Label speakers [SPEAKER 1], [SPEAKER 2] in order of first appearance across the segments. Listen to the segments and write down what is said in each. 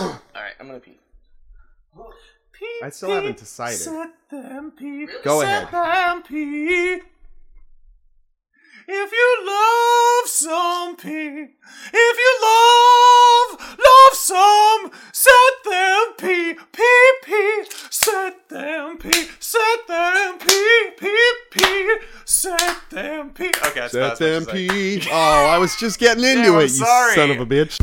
[SPEAKER 1] All right, I'm gonna pee.
[SPEAKER 2] I still haven't decided.
[SPEAKER 3] them pee.
[SPEAKER 1] Really?
[SPEAKER 2] Go ahead.
[SPEAKER 3] them pee. If you love some pee. If you love, love some. Set them pee. Pee pee. Set them pee. Set them pee. Pee pee. Set them pee. Okay, that's about
[SPEAKER 2] Set
[SPEAKER 3] as much
[SPEAKER 2] them
[SPEAKER 3] as I-
[SPEAKER 2] pee. Oh, I was just getting into
[SPEAKER 3] Damn, I'm
[SPEAKER 2] it, you
[SPEAKER 3] sorry.
[SPEAKER 2] son of a bitch.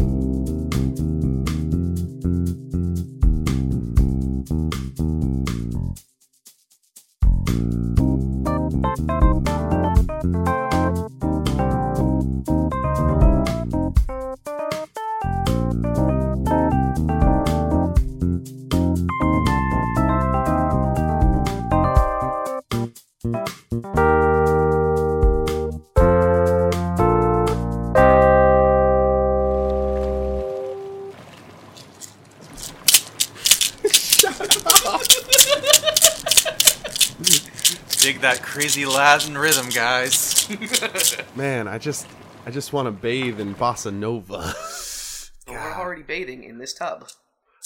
[SPEAKER 3] Dig that crazy Latin rhythm, guys.
[SPEAKER 2] Man, I just I just want to bathe in bossa nova.
[SPEAKER 1] But We're already bathing in this tub.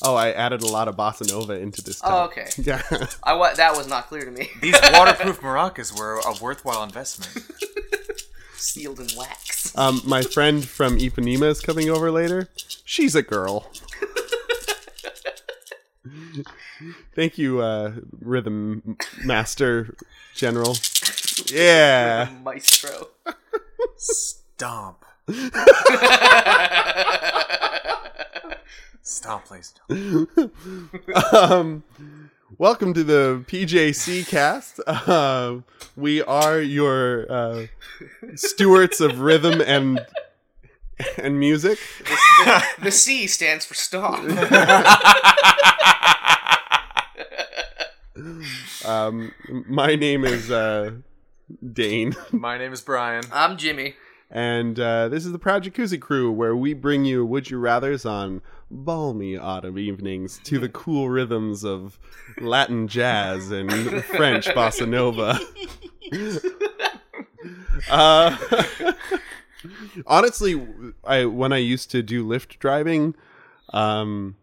[SPEAKER 2] oh, I added a lot of bossa nova into this.
[SPEAKER 1] Oh,
[SPEAKER 2] tub.
[SPEAKER 1] okay.
[SPEAKER 2] Yeah.
[SPEAKER 1] I wa- that was not clear to me.
[SPEAKER 3] These waterproof maracas were a worthwhile investment.
[SPEAKER 1] Sealed in wax.
[SPEAKER 2] Um, my friend from Ipanema is coming over later. She's a girl. Thank you, uh, rhythm master general. Yeah.
[SPEAKER 1] Maestro.
[SPEAKER 3] Stomp. Stomp, please.
[SPEAKER 2] um, welcome to the PJC cast. Uh, we are your uh, stewards of rhythm and and music.
[SPEAKER 1] The C stands for stomp.
[SPEAKER 2] Um, my name is uh, Dane,
[SPEAKER 3] My name is Brian.
[SPEAKER 1] I'm Jimmy.
[SPEAKER 2] and uh, this is the Proud Jacuzzi Crew, where we bring you Would You Rather's on balmy autumn evenings to the cool rhythms of Latin jazz and French bossa nova. Uh, honestly, I when I used to do lift driving, um,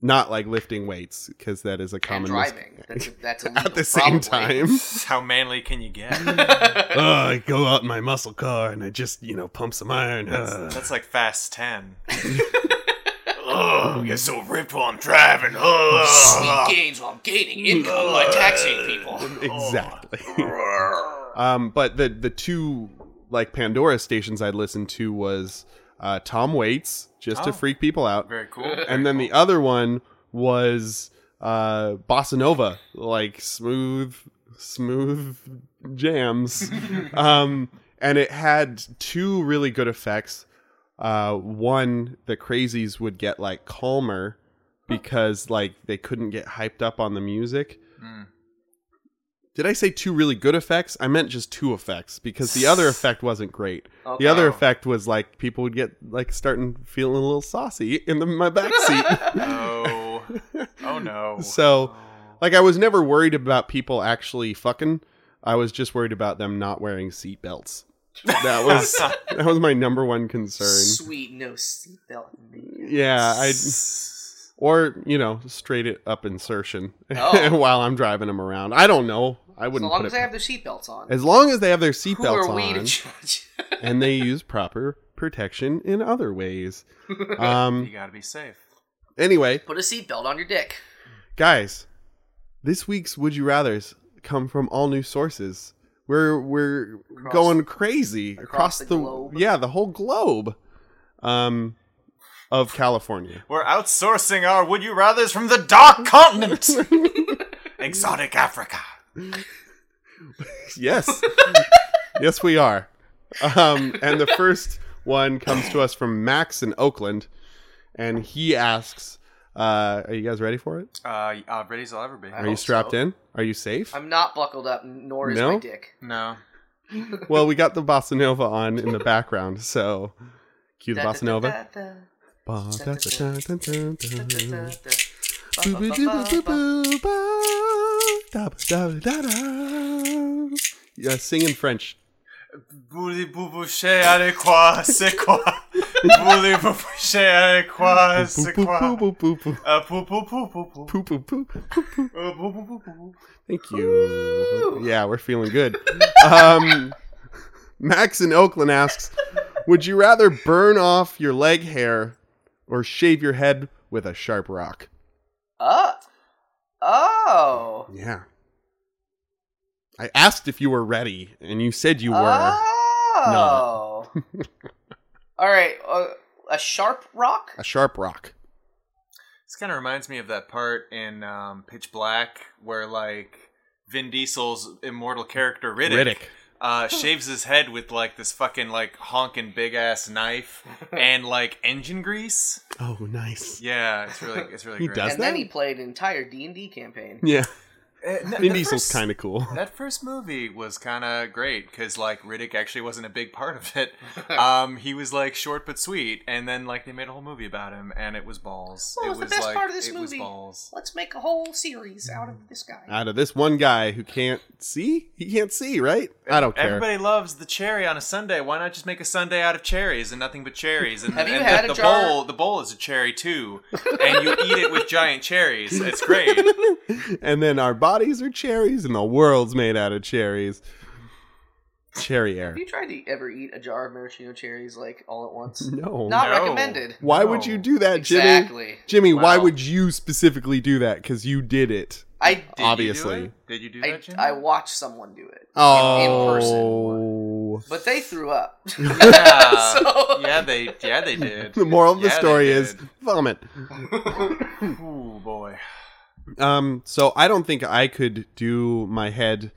[SPEAKER 2] not like lifting weights because that is a
[SPEAKER 1] And
[SPEAKER 2] common mis-
[SPEAKER 1] driving. That's, that's illegal,
[SPEAKER 2] at the same
[SPEAKER 1] probably.
[SPEAKER 2] time.
[SPEAKER 3] How manly can you get?
[SPEAKER 2] oh, I go out in my muscle car and I just you know pump some iron. uh.
[SPEAKER 3] That's like Fast 10.
[SPEAKER 4] Oh, you're so ripped while I'm driving. Oh.
[SPEAKER 1] Sweet gains while I'm gaining income by taxing people.
[SPEAKER 2] exactly. um, but the the two like Pandora stations I listened to was uh, Tom Waits just
[SPEAKER 3] Oh.
[SPEAKER 2] to freak people out,
[SPEAKER 3] Very cool.
[SPEAKER 2] and then the other one was uh, bossa nova, like smooth, smooth jams. um, and it had two really good effects. Uh, one, the crazies would get like calmer because like they couldn't get hyped up on the music. Did I say two really good effects? I meant just two effects because the other effect wasn't great.
[SPEAKER 1] Okay.
[SPEAKER 2] The other effect was like people would get like starting feeling a little saucy in the, my back seat.
[SPEAKER 3] Oh. Oh no.
[SPEAKER 2] so, like I was never worried about people actually fucking. I was just worried about them not wearing seatbelts. That was that was my number one concern.
[SPEAKER 1] Sweet no seatbelt.
[SPEAKER 2] Yeah, I or you know straight it up insertion
[SPEAKER 1] Oh.
[SPEAKER 2] while I'm driving them around. I don't know. I
[SPEAKER 1] As
[SPEAKER 2] wouldn't.
[SPEAKER 1] long
[SPEAKER 2] put
[SPEAKER 1] as
[SPEAKER 2] it,
[SPEAKER 1] they have their seatbelts on.
[SPEAKER 2] as long as they have their
[SPEAKER 1] Who are
[SPEAKER 2] seatbelts
[SPEAKER 1] we to
[SPEAKER 2] on
[SPEAKER 1] judge?
[SPEAKER 2] and they use proper protection in other ways.
[SPEAKER 3] You
[SPEAKER 2] Um.
[SPEAKER 3] gotta be safe.
[SPEAKER 2] anyway,
[SPEAKER 1] Put a seatbelt on your dick.
[SPEAKER 2] guys, this week's Would You Rather's come from all new sources. We're we're going crazy across,
[SPEAKER 1] across the
[SPEAKER 2] the,
[SPEAKER 1] globe.
[SPEAKER 2] yeah the whole globe, um, of California.
[SPEAKER 3] We're outsourcing our would you rathers from the dark continent! Exotic Africa.
[SPEAKER 2] Yes, yes we are. Um, and the first one comes to us from Max in Oakland, and he asks, uh, "Are you guys ready for it?
[SPEAKER 3] Uh, uh ready as I'll ever be.
[SPEAKER 2] Are you
[SPEAKER 1] hope
[SPEAKER 2] strapped
[SPEAKER 1] so.
[SPEAKER 2] in? Are you safe?"
[SPEAKER 1] I'm not buckled up, nor is
[SPEAKER 2] No?
[SPEAKER 1] my dick.
[SPEAKER 3] No.
[SPEAKER 2] well, we got the bossa nova on in the background, so cue the bossa nova.
[SPEAKER 1] Da-da-da-da-da.
[SPEAKER 2] Ba- da- da- da- da- da.
[SPEAKER 1] Da-da-da-da.
[SPEAKER 2] Boo- boo- doo- boo- boo- boo- boo. Da- da- da- da. Yeah, sing in French.
[SPEAKER 3] Bouli boubouché, allez quoi, c'est quoi? Voulez vous faire quoi? C'est
[SPEAKER 2] Poo,
[SPEAKER 3] quoi?
[SPEAKER 2] poo, poo, poo, poo,
[SPEAKER 3] Uh, poo, poo, poo, poo, poo.
[SPEAKER 2] poo, poo, poo, poo, poo.
[SPEAKER 3] Uh, poo, poo, poo, poo, poo.
[SPEAKER 2] Thank you. Yeah, we're feeling good. Um, Max in Oakland asks, "Would you rather burn off your leg hair or shave your head with a sharp rock?"
[SPEAKER 1] Uh, oh.
[SPEAKER 2] Yeah. I asked if you were ready, and you said you were.
[SPEAKER 1] Oh. All right. Uh, a sharp rock.
[SPEAKER 2] A sharp rock.
[SPEAKER 3] This kind of reminds me of that part in um, Pitch Black where, like, Vin Diesel's immortal character Riddick,
[SPEAKER 2] Riddick.
[SPEAKER 3] Uh, shaves his head with like this fucking like honking big ass knife and like engine grease.
[SPEAKER 2] Oh, nice.
[SPEAKER 3] Yeah, it's really it's really
[SPEAKER 2] He
[SPEAKER 3] great.
[SPEAKER 2] does
[SPEAKER 1] and then
[SPEAKER 2] that-
[SPEAKER 1] he played an entire D and D campaign.
[SPEAKER 2] Yeah.
[SPEAKER 3] Uh, no,
[SPEAKER 2] Vin
[SPEAKER 3] the
[SPEAKER 2] Diesel's
[SPEAKER 3] first-
[SPEAKER 2] kind of cool.
[SPEAKER 3] That first movie was kind of great because like Riddick actually wasn't a big part of it. Um, he was like short but sweet, and then like they made a whole movie about him, and it was balls.
[SPEAKER 1] What was
[SPEAKER 3] it
[SPEAKER 1] the best
[SPEAKER 3] like,
[SPEAKER 1] part of this
[SPEAKER 3] it Was
[SPEAKER 1] movie?
[SPEAKER 3] balls.
[SPEAKER 1] Let's make a whole series out of this guy.
[SPEAKER 2] Out of this one guy who can't see, he can't see, right? I don't care.
[SPEAKER 3] Everybody loves the cherry on a Sunday. Why not just make a Sunday out of cherries and nothing but cherries? And,
[SPEAKER 1] Have you
[SPEAKER 3] and
[SPEAKER 1] had
[SPEAKER 3] the,
[SPEAKER 1] a
[SPEAKER 3] the
[SPEAKER 1] jar-
[SPEAKER 3] bowl, the bowl is a cherry too, and you eat it with giant cherries. It's great.
[SPEAKER 2] and then our bodies are cherries, and the world's made out of cherries. Cherry air.
[SPEAKER 1] Have you tried to ever eat a jar of maraschino cherries like all at once?
[SPEAKER 2] No.
[SPEAKER 1] Not
[SPEAKER 3] No.
[SPEAKER 1] recommended.
[SPEAKER 2] why would
[SPEAKER 3] No.
[SPEAKER 2] you do that, Jimmy?
[SPEAKER 1] Exactly.
[SPEAKER 2] Jimmy, why
[SPEAKER 3] Wow.
[SPEAKER 2] would you specifically do that? Because you did it.
[SPEAKER 1] I did.
[SPEAKER 3] Did
[SPEAKER 2] Obviously.
[SPEAKER 3] you do it? did Oh, you do
[SPEAKER 1] I,
[SPEAKER 3] that? Jimmy?
[SPEAKER 1] I watched someone do it,
[SPEAKER 2] Oh.
[SPEAKER 1] but they threw up.
[SPEAKER 3] Yeah.
[SPEAKER 1] So-
[SPEAKER 3] yeah, they yeah they did.
[SPEAKER 2] The moral of the
[SPEAKER 3] Yeah, they
[SPEAKER 2] story is
[SPEAKER 3] did.
[SPEAKER 2] vomit. Hmm.
[SPEAKER 3] Ooh boy.
[SPEAKER 2] Um, so I don't think I could do my head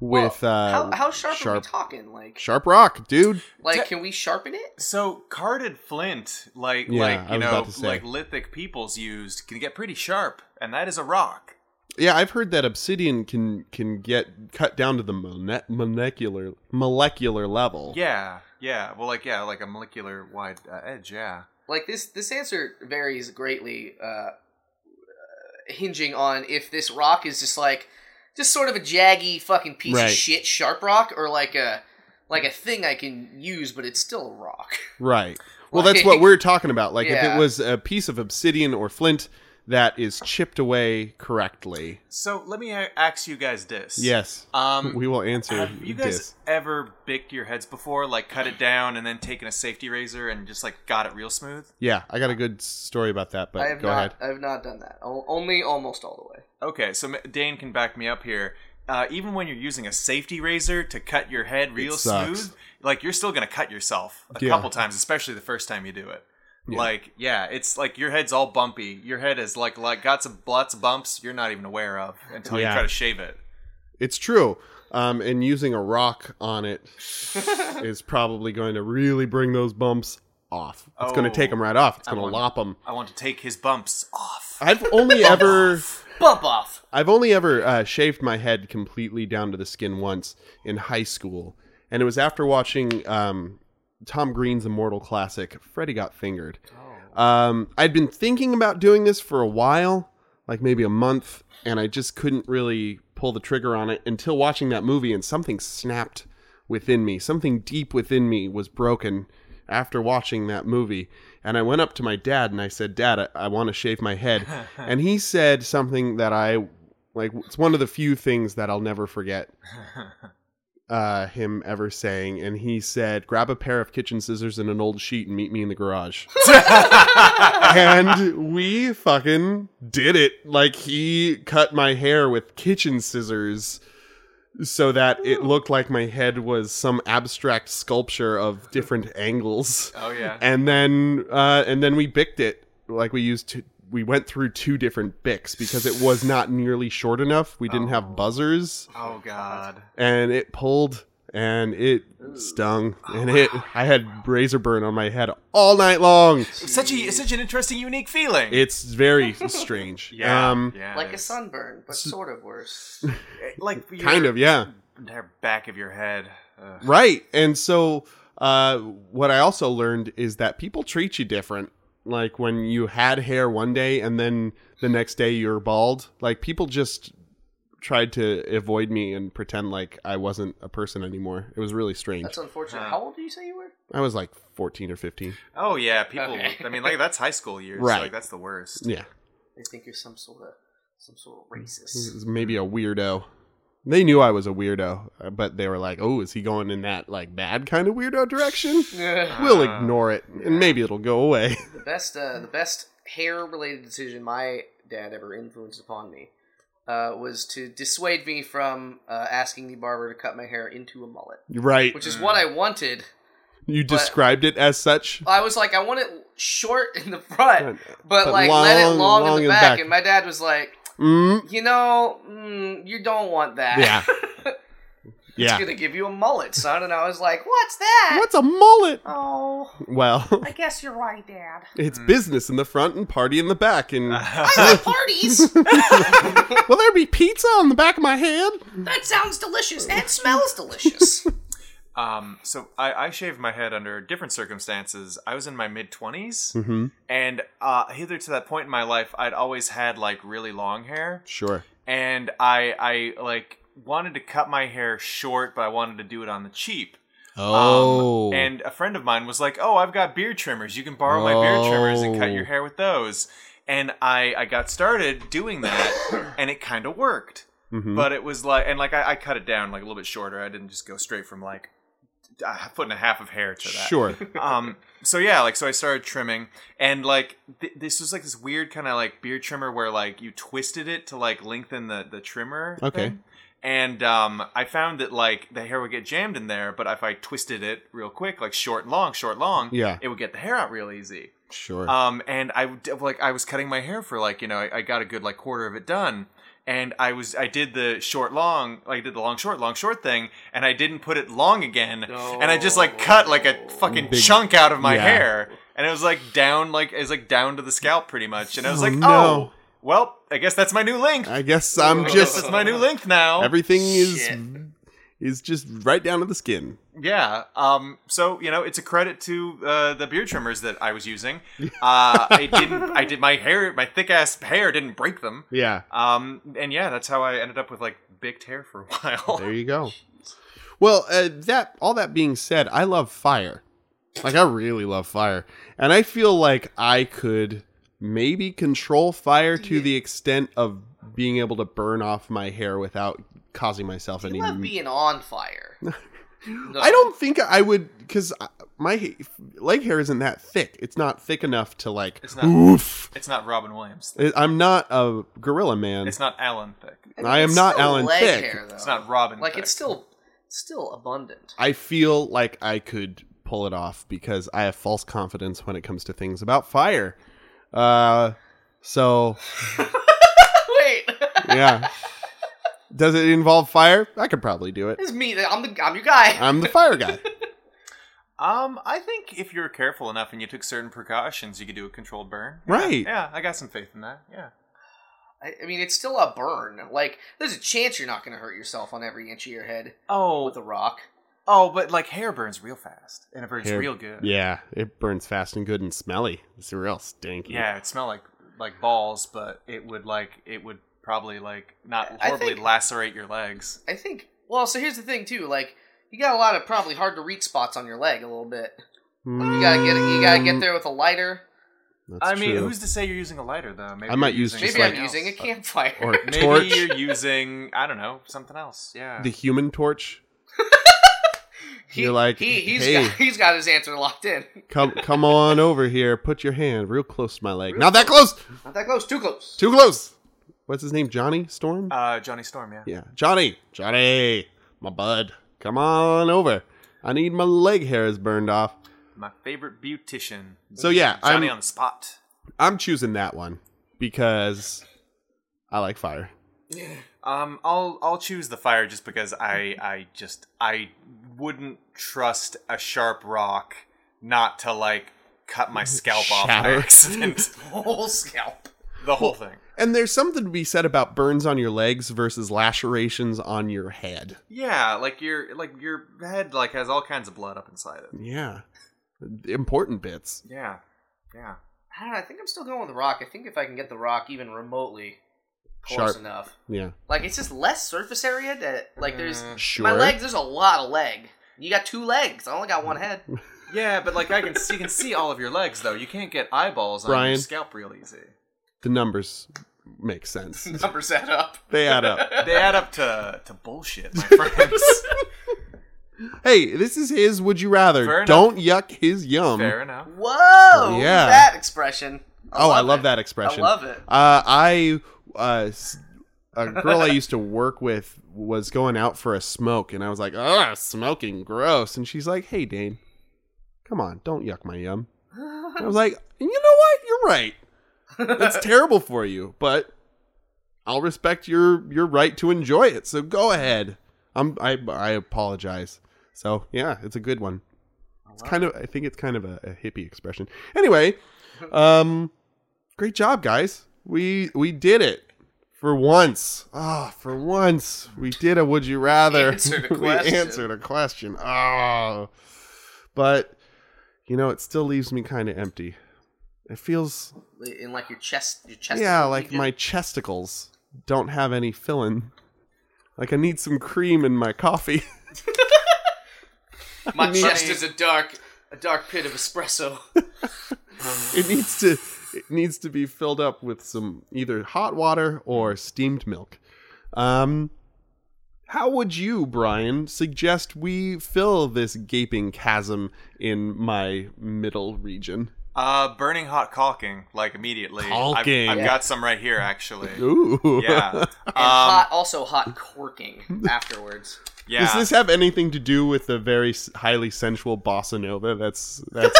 [SPEAKER 2] with
[SPEAKER 1] Well,
[SPEAKER 2] uh,
[SPEAKER 1] how, how sharp, are we
[SPEAKER 2] sharp
[SPEAKER 1] talking? Like,
[SPEAKER 2] sharp rock, dude.
[SPEAKER 1] like can we sharpen it?
[SPEAKER 3] So carded flint, like
[SPEAKER 2] Yeah, I
[SPEAKER 3] like
[SPEAKER 2] was
[SPEAKER 3] you
[SPEAKER 2] about
[SPEAKER 3] know,
[SPEAKER 2] to say.
[SPEAKER 3] like lithic peoples used, can get pretty sharp, and that is a rock.
[SPEAKER 2] Yeah, I've heard that obsidian can can get cut down to the mole- molecular molecular level.
[SPEAKER 3] Yeah, yeah. Well, like yeah, like a molecular wide uh, edge. Yeah.
[SPEAKER 1] Like this. This answer varies greatly, uh, uh, hinging on if this rock is just like just sort of a jaggy fucking piece
[SPEAKER 2] Right.
[SPEAKER 1] of shit sharp rock, or like a like a thing I can use, but it's still a rock.
[SPEAKER 2] Right. Well, that's
[SPEAKER 1] Like-
[SPEAKER 2] what we're talking about. Like if
[SPEAKER 1] Yeah.
[SPEAKER 2] it was a piece of obsidian or flint that is chipped away correctly.
[SPEAKER 3] So let me a- ask you guys this.
[SPEAKER 2] Yes.
[SPEAKER 3] Um,
[SPEAKER 2] we will answer
[SPEAKER 3] have you guys
[SPEAKER 2] this.
[SPEAKER 3] ever bicked your heads before? Like cut it down and then taken a safety razor and just like got it real smooth?
[SPEAKER 2] Yeah, I got a good story about that, but
[SPEAKER 1] I have
[SPEAKER 2] go
[SPEAKER 1] not.
[SPEAKER 2] ahead.
[SPEAKER 1] I have not done that. O- only almost all the way.
[SPEAKER 3] Okay, so Ma- Dane can back me up here. Uh, even when you're using a safety razor to cut your head real
[SPEAKER 2] sucks.
[SPEAKER 3] smooth, like you're still gonna cut yourself a
[SPEAKER 2] Yeah.
[SPEAKER 3] couple times, especially the first time you do it.
[SPEAKER 2] Yeah.
[SPEAKER 3] Like, yeah, it's like your head's all bumpy. Your head is like like got some lots of bumps you're not even aware of until
[SPEAKER 2] Yeah.
[SPEAKER 3] you try to shave it.
[SPEAKER 2] It's true. Um, and using a rock on it is probably going to really bring those bumps off. It's going
[SPEAKER 3] Oh.
[SPEAKER 2] to take them right off. It's
[SPEAKER 3] I
[SPEAKER 2] going to
[SPEAKER 3] wonder.
[SPEAKER 2] lop them.
[SPEAKER 3] I want to take his bumps off.
[SPEAKER 2] I've only ever
[SPEAKER 1] Bump off.
[SPEAKER 2] I've only ever uh, shaved my head completely down to the skin once in high school, and it was after watching um, Tom Green's immortal classic "Freddy Got Fingered." Um, I'd been thinking about doing this for a while, like maybe a month, and I just couldn't really pull the trigger on it until watching that movie, and something snapped within me. Something deep within me was broken after watching that movie. And I went up to my dad and I said, Dad, I, I want to shave my head. and he said something that I, like, it's one of the few things that I'll never forget uh, him ever saying. And he said, Grab a pair of kitchen scissors and an old sheet and meet me in the garage. and we fucking did it. Like, he cut my hair with kitchen scissors so that it looked like my head was some abstract sculpture of different angles
[SPEAKER 3] Oh yeah.
[SPEAKER 2] and then uh, and then we bicked it like we used to we went through two different bicks because it was not nearly short enough we didn't have buzzers
[SPEAKER 3] Oh god.
[SPEAKER 2] and it pulled and it stung and it i had razor burn on my head all night long
[SPEAKER 3] It's such a it's such an interesting, unique feeling.
[SPEAKER 2] it's very strange
[SPEAKER 3] yeah,
[SPEAKER 2] um
[SPEAKER 3] yeah,
[SPEAKER 1] Like a
[SPEAKER 3] it's-
[SPEAKER 1] sunburn, but sort of worse.
[SPEAKER 3] like your
[SPEAKER 2] kind of yeah
[SPEAKER 3] entire back of your head. Ugh.
[SPEAKER 2] Right. And so uh, what I also learned is that people treat you different. Like when you had hair one day and then the next day you're bald, like people just tried to avoid me and pretend like I wasn't a person anymore. It was really strange.
[SPEAKER 1] That's unfortunate.
[SPEAKER 3] Huh.
[SPEAKER 1] How old do you say you were?
[SPEAKER 2] I was like 14 or 15.
[SPEAKER 3] Oh yeah, people.
[SPEAKER 1] Okay.
[SPEAKER 3] I mean, like that's high school years.
[SPEAKER 2] Right.
[SPEAKER 3] Like that's the worst.
[SPEAKER 2] Yeah.
[SPEAKER 1] They think you're some sort of some sort of
[SPEAKER 2] This
[SPEAKER 1] racist.
[SPEAKER 2] is Maybe a weirdo. They knew I was a weirdo, uh, but they were like, "Oh, is he going in that like bad kind of weirdo direction?"
[SPEAKER 1] the
[SPEAKER 2] We'll
[SPEAKER 3] Ah,
[SPEAKER 2] ignore it, and maybe it'll go away.
[SPEAKER 1] best uh, the best hair related decision my dad ever influenced upon me uh, was to dissuade me from uh, asking the barber to cut my hair into a mullet,
[SPEAKER 2] right?
[SPEAKER 1] which is what I
[SPEAKER 2] Mm.
[SPEAKER 1] wanted.
[SPEAKER 2] You described it as such.
[SPEAKER 1] I was like, I want it short in the front, but,
[SPEAKER 2] But
[SPEAKER 1] like let it
[SPEAKER 2] long-
[SPEAKER 1] long, in, the, back.
[SPEAKER 2] back.
[SPEAKER 1] And my dad was like,
[SPEAKER 2] Mm,
[SPEAKER 1] you know, mm, you don't want that.
[SPEAKER 2] yeah,
[SPEAKER 1] it's
[SPEAKER 2] yeah.
[SPEAKER 1] gonna give you a mullet, son. And I was like, what's that?
[SPEAKER 2] What's a mullet?
[SPEAKER 1] Oh,
[SPEAKER 2] Well,
[SPEAKER 1] I guess you're right, Dad.
[SPEAKER 2] it's business in the front and party in the back, and
[SPEAKER 1] I like parties.
[SPEAKER 2] will there be pizza on the back of my head?
[SPEAKER 1] that sounds delicious and smells delicious.
[SPEAKER 3] Um, so I, I shaved my head under different circumstances. I was in my mid 20s
[SPEAKER 2] Mm-hmm.
[SPEAKER 3] and uh, hither to that point in my life, I'd always had like really long hair,
[SPEAKER 2] Sure.
[SPEAKER 3] and I I like wanted to cut my hair short, but I wanted to do it on the cheap. Um,
[SPEAKER 2] Oh,
[SPEAKER 3] and a friend of mine was like, "Oh, I've got beard trimmers. You can borrow my beard trimmers and cut your
[SPEAKER 2] Oh.
[SPEAKER 3] hair with those." And I I got started doing that, and it kind of worked.
[SPEAKER 2] Mhm.
[SPEAKER 3] But it was like, and like I, I cut it down like a little bit shorter. I didn't just go straight from like uh, foot and a half of hair to that.
[SPEAKER 2] sure.
[SPEAKER 3] Um. So yeah, like so I started trimming, and like th- this was like this weird kind of like beard trimmer where like you twisted it to like lengthen the the trimmer.
[SPEAKER 2] Okay.
[SPEAKER 3] thing. And um, I found that like the hair would get jammed in there, but if I twisted it real quick, like short and long, short and long,
[SPEAKER 2] Yeah.
[SPEAKER 3] it would get the hair out real easy.
[SPEAKER 2] Sure.
[SPEAKER 3] Um, and I would- like I was cutting my hair for like you know I, I got a good like quarter of it done, and I was I did the short long like I did the long short long short thing, and I didn't put it long again, and I just like cut like a fucking
[SPEAKER 2] Big-
[SPEAKER 3] chunk out of my
[SPEAKER 2] yeah.
[SPEAKER 3] hair, and it was like down like it was like down to the scalp pretty much, and I was
[SPEAKER 2] Oh,
[SPEAKER 3] like
[SPEAKER 2] no.
[SPEAKER 3] oh well I guess that's my new length. I,
[SPEAKER 2] I guess I'm
[SPEAKER 1] I
[SPEAKER 3] guess
[SPEAKER 2] just
[SPEAKER 3] that's my new length now.
[SPEAKER 2] everything is
[SPEAKER 1] Shit.
[SPEAKER 2] is just right down to the skin.
[SPEAKER 3] Yeah. Um. So you know, it's a credit to uh, the beard trimmers that I was using. Uh, I didn't. I did my hair. My thick ass hair didn't break them.
[SPEAKER 2] Yeah.
[SPEAKER 3] Um. And yeah, that's how I ended up with like baked hair for a while.
[SPEAKER 2] There you go. Well, uh, that all that being said, I love fire. Like I really love fire, and I feel like I could maybe control fire to the extent of being able to burn off my hair without causing myself any.
[SPEAKER 1] You love being on fire. No.
[SPEAKER 2] I don't think I would because my ha- leg hair isn't that thick. It's not thick enough to like.
[SPEAKER 3] It's not-
[SPEAKER 2] Oof.
[SPEAKER 3] It's not Robin Williams. Thick.
[SPEAKER 2] I- I'm not a gorilla man.
[SPEAKER 3] It's not Alan thick.
[SPEAKER 2] I am
[SPEAKER 1] It's
[SPEAKER 2] not
[SPEAKER 1] still
[SPEAKER 2] Alan
[SPEAKER 1] leg
[SPEAKER 2] Thick.
[SPEAKER 1] hair, though.
[SPEAKER 3] It's not Robin.
[SPEAKER 1] like
[SPEAKER 3] thick.
[SPEAKER 1] it's still still abundant.
[SPEAKER 2] I feel like I could pull it off because I have false confidence when it comes to things about fire. Uh, so
[SPEAKER 1] Wait,
[SPEAKER 2] yeah, does it involve fire? I could probably do it.
[SPEAKER 1] it's me. I'm the I'm your guy.
[SPEAKER 2] I'm the fire guy.
[SPEAKER 3] Um. I think if you were careful enough and you took certain precautions, you could do a controlled burn.
[SPEAKER 2] Right.
[SPEAKER 3] Yeah. I got some faith in that. Yeah.
[SPEAKER 1] I, I mean, it's still a burn. Like there's a chance you're not going to hurt yourself on every inch of your head
[SPEAKER 3] Oh.
[SPEAKER 1] with a rock.
[SPEAKER 3] Oh. But like hair burns real fast, and it burns
[SPEAKER 2] Hair-
[SPEAKER 3] real good.
[SPEAKER 2] Yeah, it burns fast and good and smelly. It's real stinky.
[SPEAKER 3] Yeah, it smelled like like balls, but it would like it would probably like not
[SPEAKER 1] I
[SPEAKER 3] horribly
[SPEAKER 1] think-
[SPEAKER 3] lacerate your legs.
[SPEAKER 1] I think. Well, so here's the thing too. Like you got a lot of probably hard to reach spots on your leg a little bit. You gotta get you gotta get there with a lighter.
[SPEAKER 2] Hmm. That's
[SPEAKER 3] I mean,
[SPEAKER 2] true.
[SPEAKER 3] who's to say you're using a lighter though? Maybe
[SPEAKER 2] I might
[SPEAKER 3] you're
[SPEAKER 2] use
[SPEAKER 3] using
[SPEAKER 2] just
[SPEAKER 1] Maybe I'm
[SPEAKER 2] like- uh,
[SPEAKER 1] using a
[SPEAKER 3] something else.
[SPEAKER 1] campfire.
[SPEAKER 2] or
[SPEAKER 3] Maybe
[SPEAKER 2] torch
[SPEAKER 3] you're using I don't know something else. Yeah.
[SPEAKER 2] the human torch.
[SPEAKER 1] He-
[SPEAKER 2] you're like,
[SPEAKER 1] he he's
[SPEAKER 2] hey.
[SPEAKER 1] got, he's got his answer locked in.
[SPEAKER 2] Come come on over here. Put your hand real close to my leg. Not that close.
[SPEAKER 1] Not that close. Too close.
[SPEAKER 2] Too close. What's his name? Johnny Storm.
[SPEAKER 3] Uh, Johnny Storm. Yeah.
[SPEAKER 2] Yeah. Johnny, Johnny, my bud, come on over. I need my leg hair is burned off.
[SPEAKER 3] My favorite beautician.
[SPEAKER 2] So yeah,
[SPEAKER 3] Johnny
[SPEAKER 2] I'm
[SPEAKER 3] on the spot.
[SPEAKER 2] I'm choosing that one because I like fire.
[SPEAKER 3] Um, I'll I'll choose the fire just because I I just I wouldn't trust a sharp rock not to like cut my scalp off by
[SPEAKER 2] Shatter.
[SPEAKER 3] accident.
[SPEAKER 1] Whole scalp.
[SPEAKER 3] the whole thing.
[SPEAKER 2] And there's something to be said about burns on your legs versus lacerations on your head.
[SPEAKER 3] Yeah, like your like your head like has all kinds of blood up inside it.
[SPEAKER 2] Yeah. Important bits.
[SPEAKER 3] Yeah, yeah.
[SPEAKER 1] I don't know. I think I'm still going with the rock. I think if I can get the rock even remotely close
[SPEAKER 2] Sharp.
[SPEAKER 1] enough,
[SPEAKER 2] Yeah.
[SPEAKER 1] like it's just less surface area. That like there's
[SPEAKER 3] Mm.
[SPEAKER 2] Sure.
[SPEAKER 1] my legs. There's a lot of leg. You got two legs. I only got one head.
[SPEAKER 3] Yeah, but like I can see, you can see all of your legs though. You can't get eyeballs on
[SPEAKER 2] Brian.
[SPEAKER 3] your scalp real easy.
[SPEAKER 2] The numbers make sense.
[SPEAKER 1] Numbers add up.
[SPEAKER 2] they add up.
[SPEAKER 3] They add up to to bullshit, my friends.
[SPEAKER 2] Hey, this is his would you rather.
[SPEAKER 3] Fair enough.
[SPEAKER 2] Don't yuck his yum.
[SPEAKER 3] Fair enough.
[SPEAKER 1] Whoa!
[SPEAKER 2] Yeah.
[SPEAKER 1] That expression.
[SPEAKER 2] oh, I love
[SPEAKER 1] it.
[SPEAKER 2] that expression.
[SPEAKER 1] I love it.
[SPEAKER 2] Uh, I uh, s- a girl I used to work with was going out for a smoke, and I was like, "Ah, smoking, gross." And she's like, "Hey, Dane, come on, don't yuck my yum." And I was like, "You know what? You're right. That's terrible for you, but I'll respect your your right to enjoy it. So go ahead. I'm I I apologize. So yeah, it's a good one. It's kind of I think it's kind of a, a hippie expression. Anyway, um, great job, guys. We we did it for once. Ah, for once we did a would you rather.
[SPEAKER 1] Answered a
[SPEAKER 2] we
[SPEAKER 1] question.
[SPEAKER 2] answered a question. Oh, but you know it still leaves me kind of empty. It feels
[SPEAKER 1] In like your chest, your chest.
[SPEAKER 2] yeah, like my chesticles don't have any filling. Like I need some cream in my coffee.
[SPEAKER 1] my chest is a dark, a dark pit of espresso.
[SPEAKER 2] it needs to it needs to be filled up with some either hot water or steamed milk. Um how would you, Brian, suggest we fill this gaping chasm in my middle region?
[SPEAKER 3] Uh, burning hot caulking, like immediately. I've-
[SPEAKER 2] Caulking.
[SPEAKER 3] I've,
[SPEAKER 2] Yeah.
[SPEAKER 3] got some right here, actually.
[SPEAKER 2] Ooh.
[SPEAKER 3] Yeah.
[SPEAKER 1] And
[SPEAKER 3] Um,
[SPEAKER 1] hot, also hot corking afterwards.
[SPEAKER 3] yeah.
[SPEAKER 2] Does this have anything to do with the very s- highly sensual bossa nova that's that's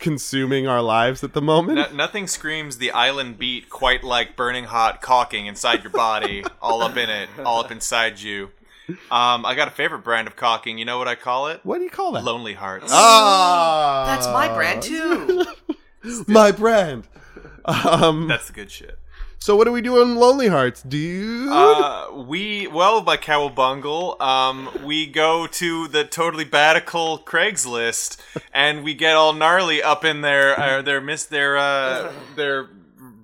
[SPEAKER 2] consuming our lives at the moment?
[SPEAKER 3] No- nothing screams the island beat quite like burning hot caulking inside your body, all up in it, all up inside you. Um, I got a favorite brand of caulking. You know what I call it?
[SPEAKER 2] What do you call that?
[SPEAKER 3] Lonely hearts.
[SPEAKER 2] Ah,
[SPEAKER 1] Oh, That's my brand too.
[SPEAKER 2] My brand. Um,
[SPEAKER 3] That's the good shit.
[SPEAKER 2] so what do we do on Lonely Hearts, dude?
[SPEAKER 3] Uh, we well by Cowabungle, um, we go to the totally badical Craigslist and we get all gnarly up in their uh, their miss their uh, their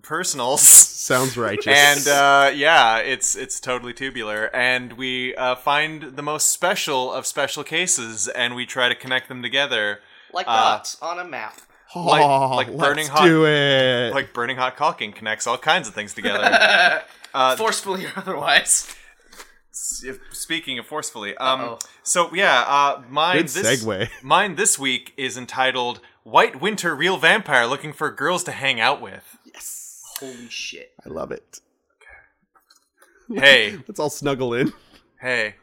[SPEAKER 3] personals.
[SPEAKER 2] Sounds righteous.
[SPEAKER 3] And uh, yeah, it's it's totally tubular, and we uh, find the most special of special cases, and we try to connect them together,
[SPEAKER 1] like
[SPEAKER 3] Uh,
[SPEAKER 1] dots on a map.
[SPEAKER 2] Oh,
[SPEAKER 3] like- like
[SPEAKER 2] let's
[SPEAKER 3] burning hot-
[SPEAKER 2] do it.
[SPEAKER 3] like burning hot caulking connects all kinds of things together. Uh,
[SPEAKER 1] Forcefully or otherwise.
[SPEAKER 3] if, speaking of forcefully, um,
[SPEAKER 1] Uh-oh.
[SPEAKER 3] so yeah, uh, mine
[SPEAKER 2] Good
[SPEAKER 3] this
[SPEAKER 2] segue.
[SPEAKER 3] mine this week is entitled "White Winter Real Vampire Looking for Girls to Hang Out With."
[SPEAKER 1] Holy shit.
[SPEAKER 2] I love it.
[SPEAKER 3] Hey,
[SPEAKER 2] Let's all snuggle in.
[SPEAKER 3] hey,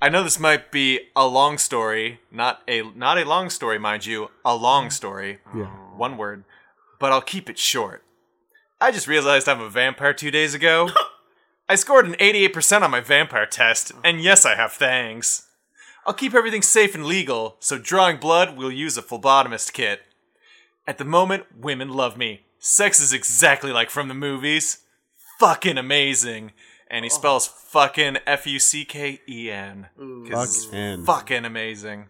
[SPEAKER 3] I know this might be a long story, not a not a long story, mind you, a long story.
[SPEAKER 2] Yeah.
[SPEAKER 3] One word, but I'll keep it short. I just realized I'm a vampire two days ago. I scored an 88% on my vampire test, and yes, I have fangs. I'll keep everything safe and legal, so drawing blood, we'll use a phlebotomist kit. At the moment, women love me. Sex is exactly like from the movies. Fucking amazing. And he spells fucking F U C K E N. 'Cause
[SPEAKER 2] Fuck and
[SPEAKER 3] Fucking amazing.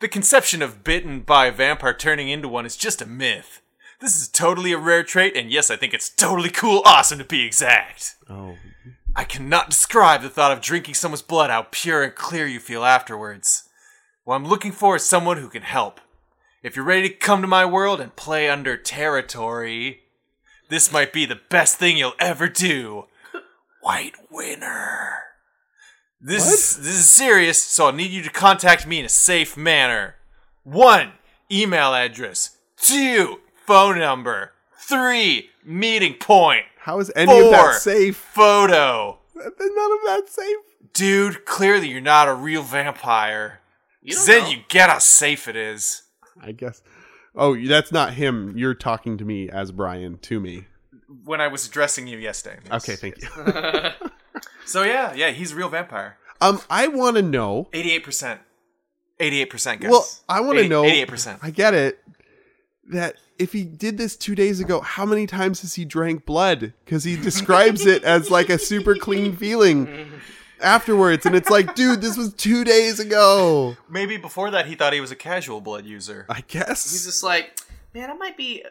[SPEAKER 3] The conception of bitten by a vampire turning into one is just a myth. This is totally a rare trait, and yes, I think it's totally cool, awesome to be exact.
[SPEAKER 2] Oh,
[SPEAKER 3] I cannot describe the thought of drinking someone's blood, how pure and clear you feel afterwards. What I'm looking for is someone who can help. If you're ready to come to my world and play under territory, this might be the best thing you'll ever do. White winner. This is this is serious, so I'll need you to contact me in a safe manner. One, email address. Two, phone number. Three, meeting point.
[SPEAKER 2] how is any of
[SPEAKER 3] Four.
[SPEAKER 2] that safe?
[SPEAKER 3] Photo.
[SPEAKER 2] None of that safe.
[SPEAKER 3] Dude, clearly you're not a real vampire.
[SPEAKER 1] You don't
[SPEAKER 3] then
[SPEAKER 1] know.
[SPEAKER 3] you get how safe it is.
[SPEAKER 2] I guess. Oh, that's not him. You're talking to me as Brian to me.
[SPEAKER 3] When I was addressing you yesterday.
[SPEAKER 2] Okay, thank you.
[SPEAKER 3] So yeah, yeah, he's a real vampire.
[SPEAKER 2] Um, I want to know.
[SPEAKER 3] 88%. 88%, guys.
[SPEAKER 2] Well, I want to know.
[SPEAKER 3] 88%.
[SPEAKER 2] I get it. That if he did this two days ago, how many times has he drank blood? Because he describes it as like a super clean feeling afterwards, and it's like, dude, this was two days ago.
[SPEAKER 3] Maybe before that he thought he was a casual blood user.
[SPEAKER 2] I guess.
[SPEAKER 1] He's just like, man, I might be. uh,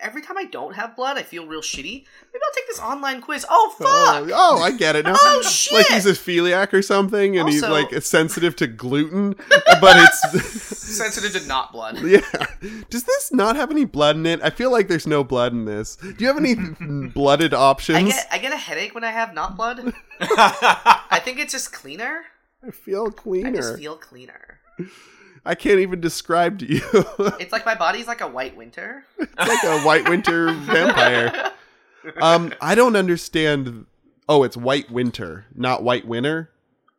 [SPEAKER 1] Every time I don't have blood, I feel real shitty. Maybe I'll take this online quiz. Oh
[SPEAKER 2] Oh,
[SPEAKER 1] fuck!
[SPEAKER 2] oh, I get it now.
[SPEAKER 1] Oh, shit!
[SPEAKER 2] Like he's a celiac or something, and he's
[SPEAKER 1] Also-
[SPEAKER 2] like sensitive to gluten, but it's
[SPEAKER 1] Sensitive to not blood.
[SPEAKER 2] yeah. Does this not have any blood in it? I feel like there's no blood in this. Do you have any blooded
[SPEAKER 1] I
[SPEAKER 2] options?
[SPEAKER 1] get I get a headache when I have not blood.
[SPEAKER 3] Uh,
[SPEAKER 1] I think it's just cleaner.
[SPEAKER 2] I feel
[SPEAKER 1] I
[SPEAKER 2] cleaner. I,
[SPEAKER 1] just feel cleaner.
[SPEAKER 2] can't even describe to you. it's
[SPEAKER 1] It's like my body's like a white winter.
[SPEAKER 2] like a white winter vampire. Um, I don't understand. Oh, it's white winter, not white winter.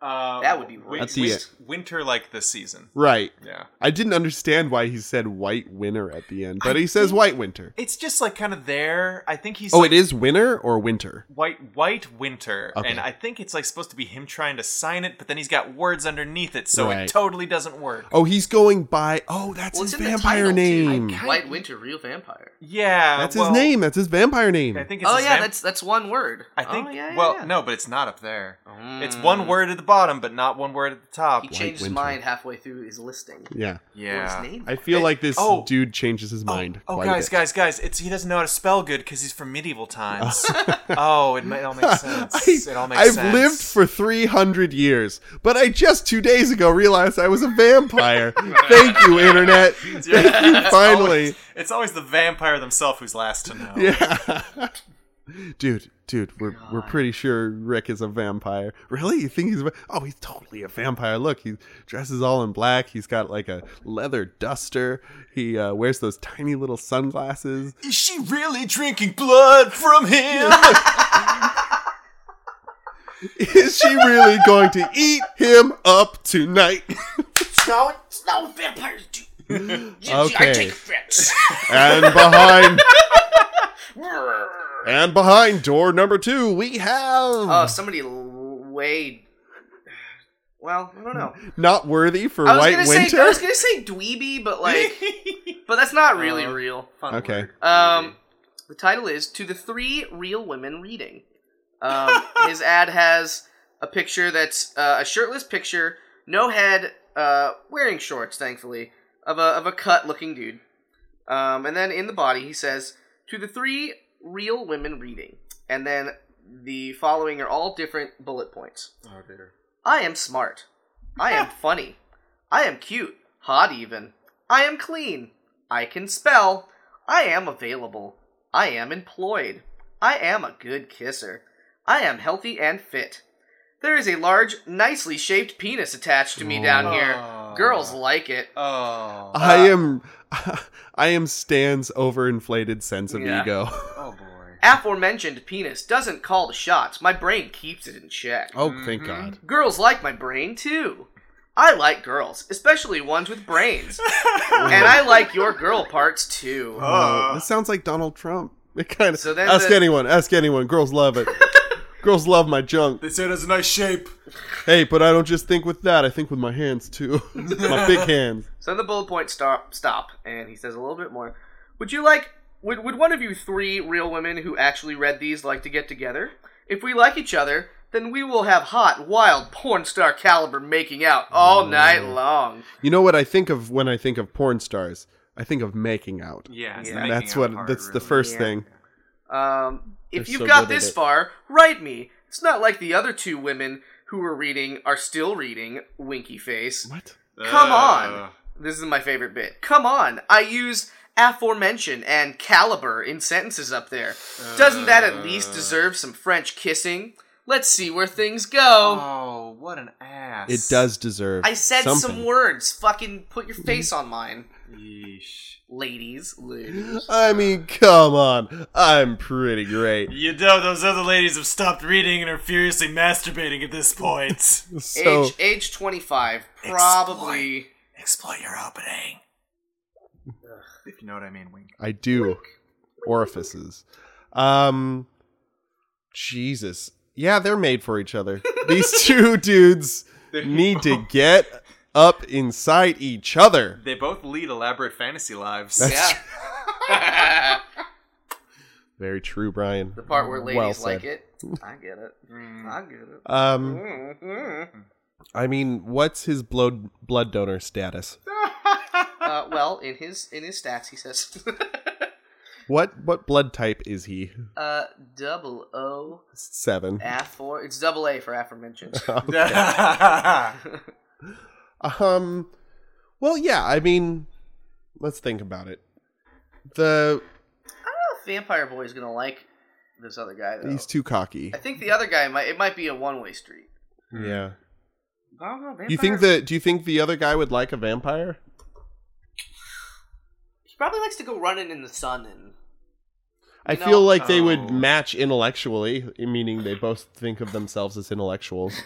[SPEAKER 3] Uh,
[SPEAKER 1] That would be
[SPEAKER 3] wi-
[SPEAKER 1] That's
[SPEAKER 2] the-
[SPEAKER 3] win- winter like this season.
[SPEAKER 2] Right.
[SPEAKER 3] Yeah.
[SPEAKER 2] I didn't understand why he said white winter at the end, but he says white winter.
[SPEAKER 3] It's just like kind of there. I think he's
[SPEAKER 2] Oh,
[SPEAKER 3] like
[SPEAKER 2] it is winter or winter?
[SPEAKER 3] white white winter
[SPEAKER 2] Okay.
[SPEAKER 3] and I think it's like supposed to be him trying to sign it, but then he's got words underneath it, so
[SPEAKER 2] Right.
[SPEAKER 3] it totally doesn't work.
[SPEAKER 2] Oh, he's going by. Oh, that's
[SPEAKER 1] Well,
[SPEAKER 2] his
[SPEAKER 1] it's in the title,
[SPEAKER 2] vampire
[SPEAKER 1] too.
[SPEAKER 2] name.
[SPEAKER 1] White winter, real vampire.
[SPEAKER 3] Yeah.
[SPEAKER 2] That's
[SPEAKER 3] well,
[SPEAKER 2] his name. That's his vampire name.
[SPEAKER 3] I think it's
[SPEAKER 1] Oh
[SPEAKER 3] his
[SPEAKER 1] yeah,
[SPEAKER 3] name.
[SPEAKER 1] that's that's one word.
[SPEAKER 3] I think
[SPEAKER 1] Oh, yeah, yeah,
[SPEAKER 3] well,
[SPEAKER 1] yeah.
[SPEAKER 3] no, but it's not up there. It's
[SPEAKER 1] Mm.
[SPEAKER 3] one word at the bottom, but not one word at the top.
[SPEAKER 1] He changed his
[SPEAKER 2] winter.
[SPEAKER 1] mind halfway through his listing.
[SPEAKER 2] yeah.
[SPEAKER 1] Or his
[SPEAKER 3] Yeah.
[SPEAKER 1] name.
[SPEAKER 2] I feel
[SPEAKER 3] Hey,
[SPEAKER 2] like this
[SPEAKER 3] oh.
[SPEAKER 2] dude changes his mind.
[SPEAKER 3] Oh,
[SPEAKER 2] quite a
[SPEAKER 3] guys,
[SPEAKER 2] bit.
[SPEAKER 3] guys, guys! It's he doesn't know how to spell good because he's from medieval times. oh, it, ma- it all makes sense.
[SPEAKER 2] I,
[SPEAKER 3] it all makes
[SPEAKER 2] I've
[SPEAKER 3] sense.
[SPEAKER 2] lived for 300 years, but I just two days ago realized I was a vampire. Thank you, internet. Thank you, finally.
[SPEAKER 3] Always- it's always the vampire themselves who's last to know.
[SPEAKER 2] Yeah. dude, dude, we're, we're pretty sure Rick is a vampire. Really? You think he's. a- Oh, he's totally a vampire. Look, he dresses all in black. He's got like a leather duster. He uh, wears those tiny little sunglasses.
[SPEAKER 3] Is she really drinking blood from him?
[SPEAKER 2] Is she really going to eat him up tonight?
[SPEAKER 1] No, it's no vampires do.
[SPEAKER 2] Okay.
[SPEAKER 1] threats.
[SPEAKER 2] And behind. and behind door number two, we have.
[SPEAKER 1] oh, somebody l- way. Well, I don't know.
[SPEAKER 2] not worthy for
[SPEAKER 1] I was
[SPEAKER 2] White
[SPEAKER 1] gonna
[SPEAKER 2] Winter.
[SPEAKER 1] say I was gonna say dweeby, but like, but that's not really
[SPEAKER 3] Uh,
[SPEAKER 1] real. Fun
[SPEAKER 2] okay.
[SPEAKER 1] word. Um, the title is "To the Three Real Women Reading." Um, his ad has a picture that's uh, a shirtless picture, no head, uh, wearing shorts, thankfully, of a of a cut looking dude. Um, and then in the body, he says, "To the three real women reading," and then the following are all different bullet points.
[SPEAKER 3] oh dear.
[SPEAKER 1] I am smart. I am funny. I am cute. Hot even. I am clean. I can spell. I am available. I am employed. I am a good kisser. I am healthy and fit. There is a large, nicely shaped penis attached to me down here. Girls like it.
[SPEAKER 3] Oh.
[SPEAKER 2] I
[SPEAKER 1] Uh,
[SPEAKER 2] am. I am Stan's overinflated sense of
[SPEAKER 1] Yeah.
[SPEAKER 2] ego.
[SPEAKER 3] oh boy.
[SPEAKER 1] Aforementioned penis doesn't call the shots. My brain keeps it in check.
[SPEAKER 2] Oh, thank God.
[SPEAKER 1] Girls like my brain too. I like girls, especially ones with brains. and I like your girl parts too.
[SPEAKER 2] Oh, this sounds like Donald Trump. It kind of.
[SPEAKER 1] Uh, So then
[SPEAKER 2] ask
[SPEAKER 1] the-
[SPEAKER 2] anyone. Ask anyone. Girls love it. Girls love my junk.
[SPEAKER 4] They say it has a nice shape.
[SPEAKER 2] Hey, but I don't just think with that. I think with my hands too. my big hands.
[SPEAKER 1] So the bullet point stop stop and he says a little bit more. Would you like would would one of you three real women who actually read these like to get together? If we like each other, then we will have hot, wild porn star caliber making out all
[SPEAKER 2] Mm.
[SPEAKER 1] night long.
[SPEAKER 2] You know what I think of when I think of porn stars? I think of making out.
[SPEAKER 3] Yeah. it's
[SPEAKER 1] Yeah.
[SPEAKER 3] the making
[SPEAKER 2] That's
[SPEAKER 3] out
[SPEAKER 2] what.
[SPEAKER 3] part,
[SPEAKER 2] that's the
[SPEAKER 3] really.
[SPEAKER 2] first
[SPEAKER 1] Yeah.
[SPEAKER 2] thing.
[SPEAKER 1] Um, if
[SPEAKER 2] They're
[SPEAKER 1] you've
[SPEAKER 2] so
[SPEAKER 1] got
[SPEAKER 2] good at
[SPEAKER 1] this
[SPEAKER 2] it.
[SPEAKER 1] far, write me. It's not like the other two women who were reading are still reading. Winky face.
[SPEAKER 2] What?
[SPEAKER 1] Come
[SPEAKER 3] Uh,
[SPEAKER 1] on. This is my favorite bit. Come on. I use aforementioned and caliber in sentences up there. Doesn't that at least deserve some French kissing? Let's see where things go.
[SPEAKER 3] Oh, what an ass.
[SPEAKER 2] It does deserve.
[SPEAKER 1] I said some
[SPEAKER 2] something.
[SPEAKER 1] words. Fucking put your face on mine.
[SPEAKER 3] Yeesh.
[SPEAKER 1] Ladies, ladies.
[SPEAKER 2] I mean, come on. I'm pretty great.
[SPEAKER 3] You know those other ladies have stopped reading and are furiously masturbating at this point.
[SPEAKER 2] So
[SPEAKER 1] age age 25 probably
[SPEAKER 3] Exploit your opening. If you know what I mean, Wink.
[SPEAKER 2] I do orifices. Um Jesus. Yeah, they're made for each other. These two dudes need to get up inside each other.
[SPEAKER 3] They both lead elaborate fantasy lives.
[SPEAKER 1] yeah
[SPEAKER 2] Very true, Brian.
[SPEAKER 1] the part where ladies
[SPEAKER 2] Well
[SPEAKER 1] like
[SPEAKER 2] said.
[SPEAKER 1] it i get it i get it
[SPEAKER 2] Um
[SPEAKER 1] Mhm.
[SPEAKER 2] I mean, what's his blood blood donor status?
[SPEAKER 1] uh, well, in his in his stats, he says,
[SPEAKER 2] What what blood type is he?
[SPEAKER 1] uh, double O
[SPEAKER 2] Seven.
[SPEAKER 1] F four. It's double A for aforementioned.
[SPEAKER 2] Um, well, yeah. I mean, let's think about it. The
[SPEAKER 1] Vampire Boy is gonna like this other guy though.
[SPEAKER 2] he's too cocky.
[SPEAKER 1] I think the other guy might. It might be a one way street.
[SPEAKER 2] Yeah.
[SPEAKER 1] I don't know. Vampire,
[SPEAKER 2] You think that? Do you think the other guy would like a vampire?
[SPEAKER 1] he probably likes to go running in the sun and
[SPEAKER 2] I
[SPEAKER 1] No.
[SPEAKER 2] feel like they
[SPEAKER 3] Oh.
[SPEAKER 2] would match intellectually, meaning they both think of themselves as intellectuals.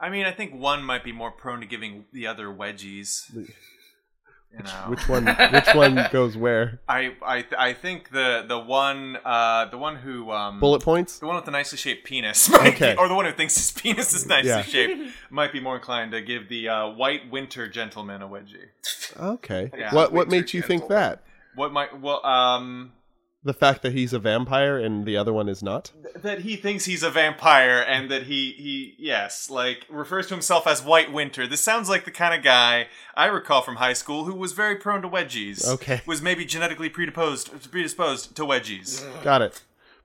[SPEAKER 3] I mean, I think one might be more prone to giving the other wedgies. You know.
[SPEAKER 2] Which one? Which one goes where?
[SPEAKER 3] I I I think the the one uh the one who um
[SPEAKER 2] Bullet points.
[SPEAKER 3] the one with the nicely shaped penis, might be-
[SPEAKER 2] Okay.
[SPEAKER 3] or the one who thinks his penis is nicely
[SPEAKER 2] Yeah.
[SPEAKER 3] shaped, might be more inclined to give the uh, white winter gentleman a wedgie.
[SPEAKER 2] Okay.
[SPEAKER 3] Yeah.
[SPEAKER 2] What What
[SPEAKER 4] Winter
[SPEAKER 2] made you think
[SPEAKER 4] gentleman.
[SPEAKER 2] that?
[SPEAKER 3] What might well um
[SPEAKER 2] The fact that he's a vampire and the other one is not.
[SPEAKER 3] that he thinks he's a vampire and that he he yes like refers to himself as white winter this sounds like the kind of guy i recall from high school who was very prone to wedgies
[SPEAKER 2] Okay.
[SPEAKER 3] was maybe genetically predisposed predisposed to wedgies
[SPEAKER 2] Got it.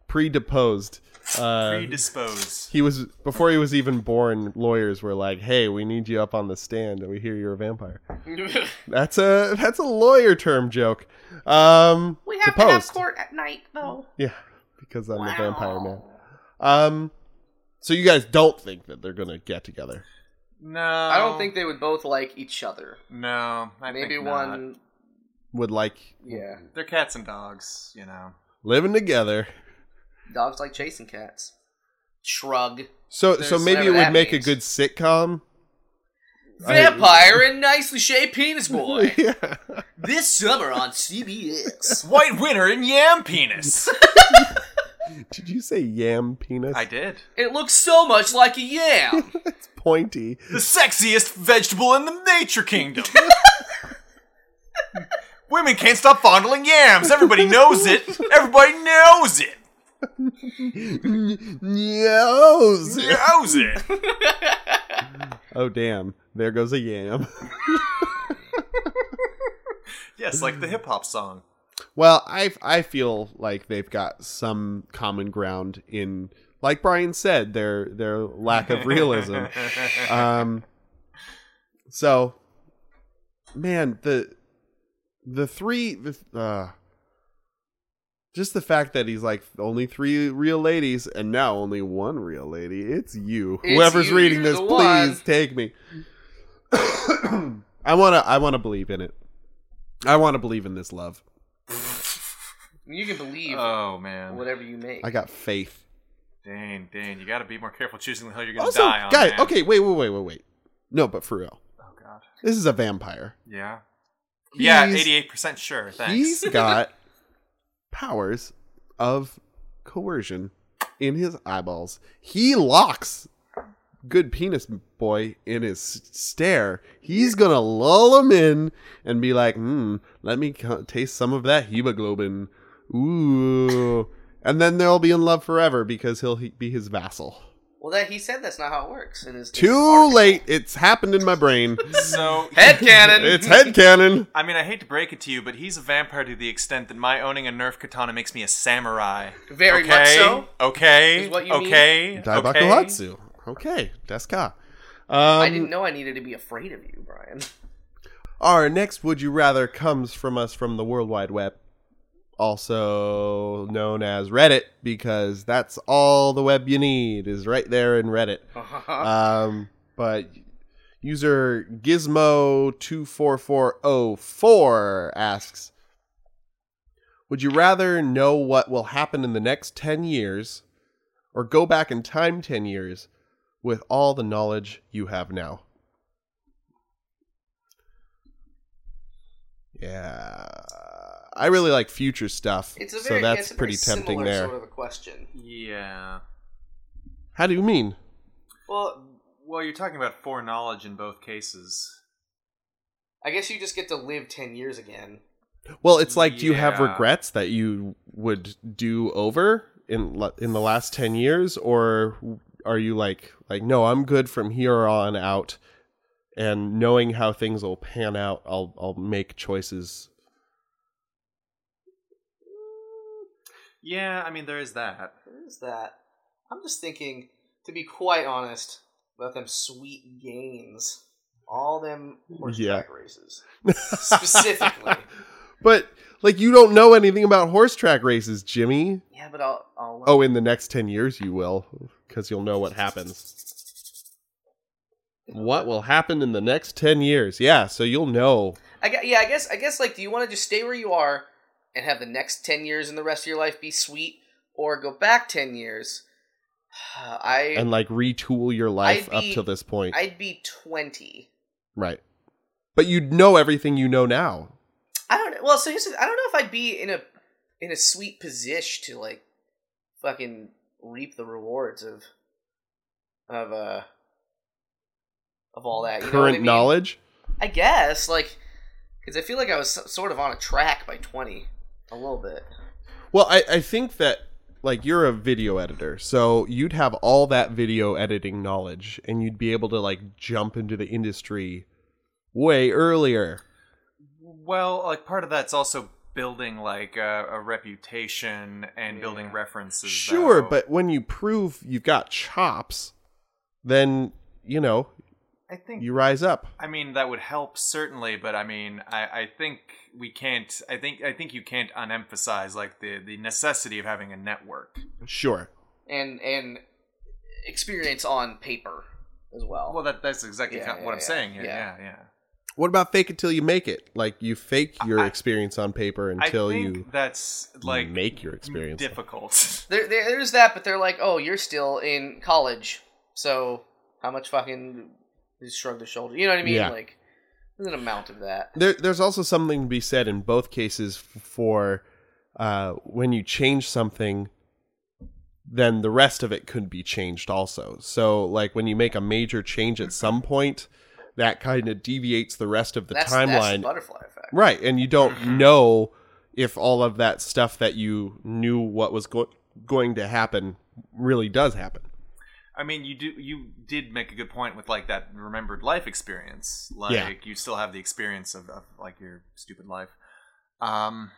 [SPEAKER 2] Predisposed. Uh,
[SPEAKER 3] predisposed
[SPEAKER 2] he was before he was even born. Lawyers were like, "Hey, we need you up on the stand. We hear you're a vampire." That's a that's a lawyer term joke. Um,
[SPEAKER 1] we have to have
[SPEAKER 2] deposed.
[SPEAKER 1] court at night though.
[SPEAKER 2] Yeah, because I'm a vampire man.
[SPEAKER 1] Wow.
[SPEAKER 2] Um, so you guys don't think that they're gonna get together?
[SPEAKER 3] no
[SPEAKER 1] I don't think they would both like each other.
[SPEAKER 3] no I
[SPEAKER 1] Maybe
[SPEAKER 3] think not.
[SPEAKER 1] one.
[SPEAKER 2] Would like
[SPEAKER 1] Yeah,
[SPEAKER 3] they're cats and dogs you know
[SPEAKER 2] living together?
[SPEAKER 1] dogs like chasing cats. Shrug.
[SPEAKER 2] So so
[SPEAKER 3] There's
[SPEAKER 2] maybe it
[SPEAKER 1] whatever
[SPEAKER 2] would
[SPEAKER 1] that
[SPEAKER 2] make
[SPEAKER 1] means.
[SPEAKER 2] a good sitcom.
[SPEAKER 1] Vampire and nicely shaped penis boy.
[SPEAKER 2] yeah.
[SPEAKER 1] this summer on CBS.
[SPEAKER 3] white winter and yam penis
[SPEAKER 2] Did you say yam penis?
[SPEAKER 3] i did
[SPEAKER 1] It looks so much like a yam.
[SPEAKER 2] Pointy.
[SPEAKER 3] the sexiest vegetable in the nature kingdom Women can't stop fondling yams. Everybody knows it. Everybody knows it.
[SPEAKER 2] Knows it.
[SPEAKER 3] Knows it.
[SPEAKER 2] Oh damn! There goes a yam.
[SPEAKER 3] Yes, like the hip hop song.
[SPEAKER 2] Well, I I feel like they've got some common ground in, like Brian said, their their lack of realism. um, so, man, the the three, the, uh, just the fact that he's like only three real ladies, and now only one real lady. It's you,
[SPEAKER 1] It's
[SPEAKER 2] whoever's
[SPEAKER 1] you,
[SPEAKER 2] reading
[SPEAKER 1] you're
[SPEAKER 2] this.
[SPEAKER 1] the
[SPEAKER 2] Please
[SPEAKER 1] one.
[SPEAKER 2] take me. I wanna, I wanna believe in it. I wanna believe in this love.
[SPEAKER 1] you can believe
[SPEAKER 3] Oh man,
[SPEAKER 1] whatever you make.
[SPEAKER 2] I got faith.
[SPEAKER 3] Dane, Dane, you got to be more careful choosing how you're gonna
[SPEAKER 2] also,
[SPEAKER 3] die. On,
[SPEAKER 2] guys,
[SPEAKER 3] man.
[SPEAKER 2] okay, wait, wait, wait, wait, wait. No, but for real,
[SPEAKER 3] Oh god.
[SPEAKER 2] this is a vampire.
[SPEAKER 3] Yeah. yeah,
[SPEAKER 2] He's-
[SPEAKER 3] eighty-eight percent sure. Thanks.
[SPEAKER 2] He's got powers of coercion in his eyeballs. He locks good penis boy in his stare. He's gonna lull him in and be like, "Hmm, let me co- taste some of that hemoglobin." Ooh, and then they'll be in love forever because he'll he- be his vassal.
[SPEAKER 1] well, that he said that's not how it works. In his
[SPEAKER 2] Too late. It's happened in my brain.
[SPEAKER 3] So
[SPEAKER 1] Head cannon.
[SPEAKER 2] it's headcanon.
[SPEAKER 3] I mean, I hate to break it to you, but he's a vampire to the extent that my owning a Nerf katana makes me a samurai.
[SPEAKER 1] Very
[SPEAKER 3] okay?
[SPEAKER 1] much so.
[SPEAKER 3] Okay.
[SPEAKER 1] Is what you mean.
[SPEAKER 3] okay. okay.
[SPEAKER 2] Daibakuhatsu. Okay, Deska. Um,
[SPEAKER 1] I didn't know I needed to be afraid of you, Brian.
[SPEAKER 2] Our next Would You Rather comes from us from the World Wide Web, also known as Reddit, because that's all the web you need is right there in Reddit.
[SPEAKER 1] Uh,
[SPEAKER 2] Um, but user Gizmo24404 asks Would you rather know what will happen in the next 10 years or go back in time 10 years with all the knowledge you have now? Yeah. I really like future stuff.
[SPEAKER 1] It's a very,
[SPEAKER 2] Uh, so that's
[SPEAKER 1] it's a very
[SPEAKER 2] pretty tempting
[SPEAKER 1] similar
[SPEAKER 2] there.
[SPEAKER 1] sort of a question.
[SPEAKER 3] Yeah.
[SPEAKER 2] How do you mean?
[SPEAKER 3] Well, well, you're talking about foreknowledge in both cases.
[SPEAKER 1] I guess you just get to live ten years again.
[SPEAKER 2] Well, it's like, do you have
[SPEAKER 3] Yeah.
[SPEAKER 2] regrets that you would do over in la- in the last ten years, or are you like, like, no, I'm good from here on out. and knowing how things will pan out, I'll I'll make choices.
[SPEAKER 3] Yeah, I mean there is that.
[SPEAKER 1] What is that? I'm just thinking, to be quite honest, about them sweet gains. All them horseback races. Specifically.
[SPEAKER 2] But like you don't know anything about horse track races, Jimmy.
[SPEAKER 1] Yeah, but I'll. I'll uh,
[SPEAKER 2] Oh, in the next 10 years you will cuz you'll know what happens. What will happen in the next 10 years? Yeah, so you'll know.
[SPEAKER 1] I gue- yeah, I guess. I guess. Like, do you want to just stay where you are and have the next ten years and the rest of your life be sweet, or go back ten years? I
[SPEAKER 2] and like retool your life
[SPEAKER 1] I'd
[SPEAKER 2] up
[SPEAKER 1] be-
[SPEAKER 2] till this point.
[SPEAKER 1] I'd be twenty.
[SPEAKER 2] right. But you'd know everything you know now.
[SPEAKER 1] I don't. Well, so here's the, I don't know if I'd be in a in a sweet position to like fucking reap the rewards of of uh of all that you know what I
[SPEAKER 2] Current
[SPEAKER 1] mean?
[SPEAKER 2] knowledge?
[SPEAKER 1] I guess like because I feel like I was so- sort of on a track by twenty a little bit.
[SPEAKER 2] Well, I, I think that like you're a video editor, so you'd have all that video editing knowledge and you'd be able to like jump into the industry way earlier.
[SPEAKER 3] Well, like part of that's also building like a, a reputation and building references.
[SPEAKER 2] Sure,
[SPEAKER 3] though.
[SPEAKER 2] but when you prove you've got chops, then you know,
[SPEAKER 3] I think
[SPEAKER 2] you rise up.
[SPEAKER 3] I mean that would help certainly, but I mean I, I think we can't. I think I think you can't unemphasize like the the necessity of having a network.
[SPEAKER 2] Sure.
[SPEAKER 1] and and experience on paper as well.
[SPEAKER 3] Well, that that's exactly
[SPEAKER 1] Yeah,
[SPEAKER 3] kind of
[SPEAKER 1] yeah,
[SPEAKER 3] what I'm
[SPEAKER 1] yeah,
[SPEAKER 3] saying. Yeah, yeah,
[SPEAKER 1] yeah.
[SPEAKER 3] yeah.
[SPEAKER 2] What about fake it till you make it? Like you fake your
[SPEAKER 3] I-
[SPEAKER 2] experience on paper
[SPEAKER 3] I
[SPEAKER 2] until
[SPEAKER 3] think
[SPEAKER 2] you
[SPEAKER 3] that's like
[SPEAKER 2] make your experience.
[SPEAKER 3] difficult.
[SPEAKER 1] there, there there's that, but they're like, oh, you're still in college, so how much fucking just shrug the shoulder. You know what I mean?
[SPEAKER 2] Yeah.
[SPEAKER 1] Like there's an amount of that.
[SPEAKER 2] there, there's also something to be said in both cases f- for uh, when you change something, then the rest of it could be changed also. So, like when you make a major change at some point, that kind of deviates the rest of the
[SPEAKER 1] that's, Mm-hmm. that's the
[SPEAKER 2] timeline.
[SPEAKER 1] butterfly effect.
[SPEAKER 2] right. And you don't know if all of that stuff that you knew what was go- going to happen really does happen.
[SPEAKER 3] I mean, you do you did make a good point with like that remembered life experience. Like
[SPEAKER 2] Yeah.
[SPEAKER 3] you still have the experience of, of like your stupid life. Um,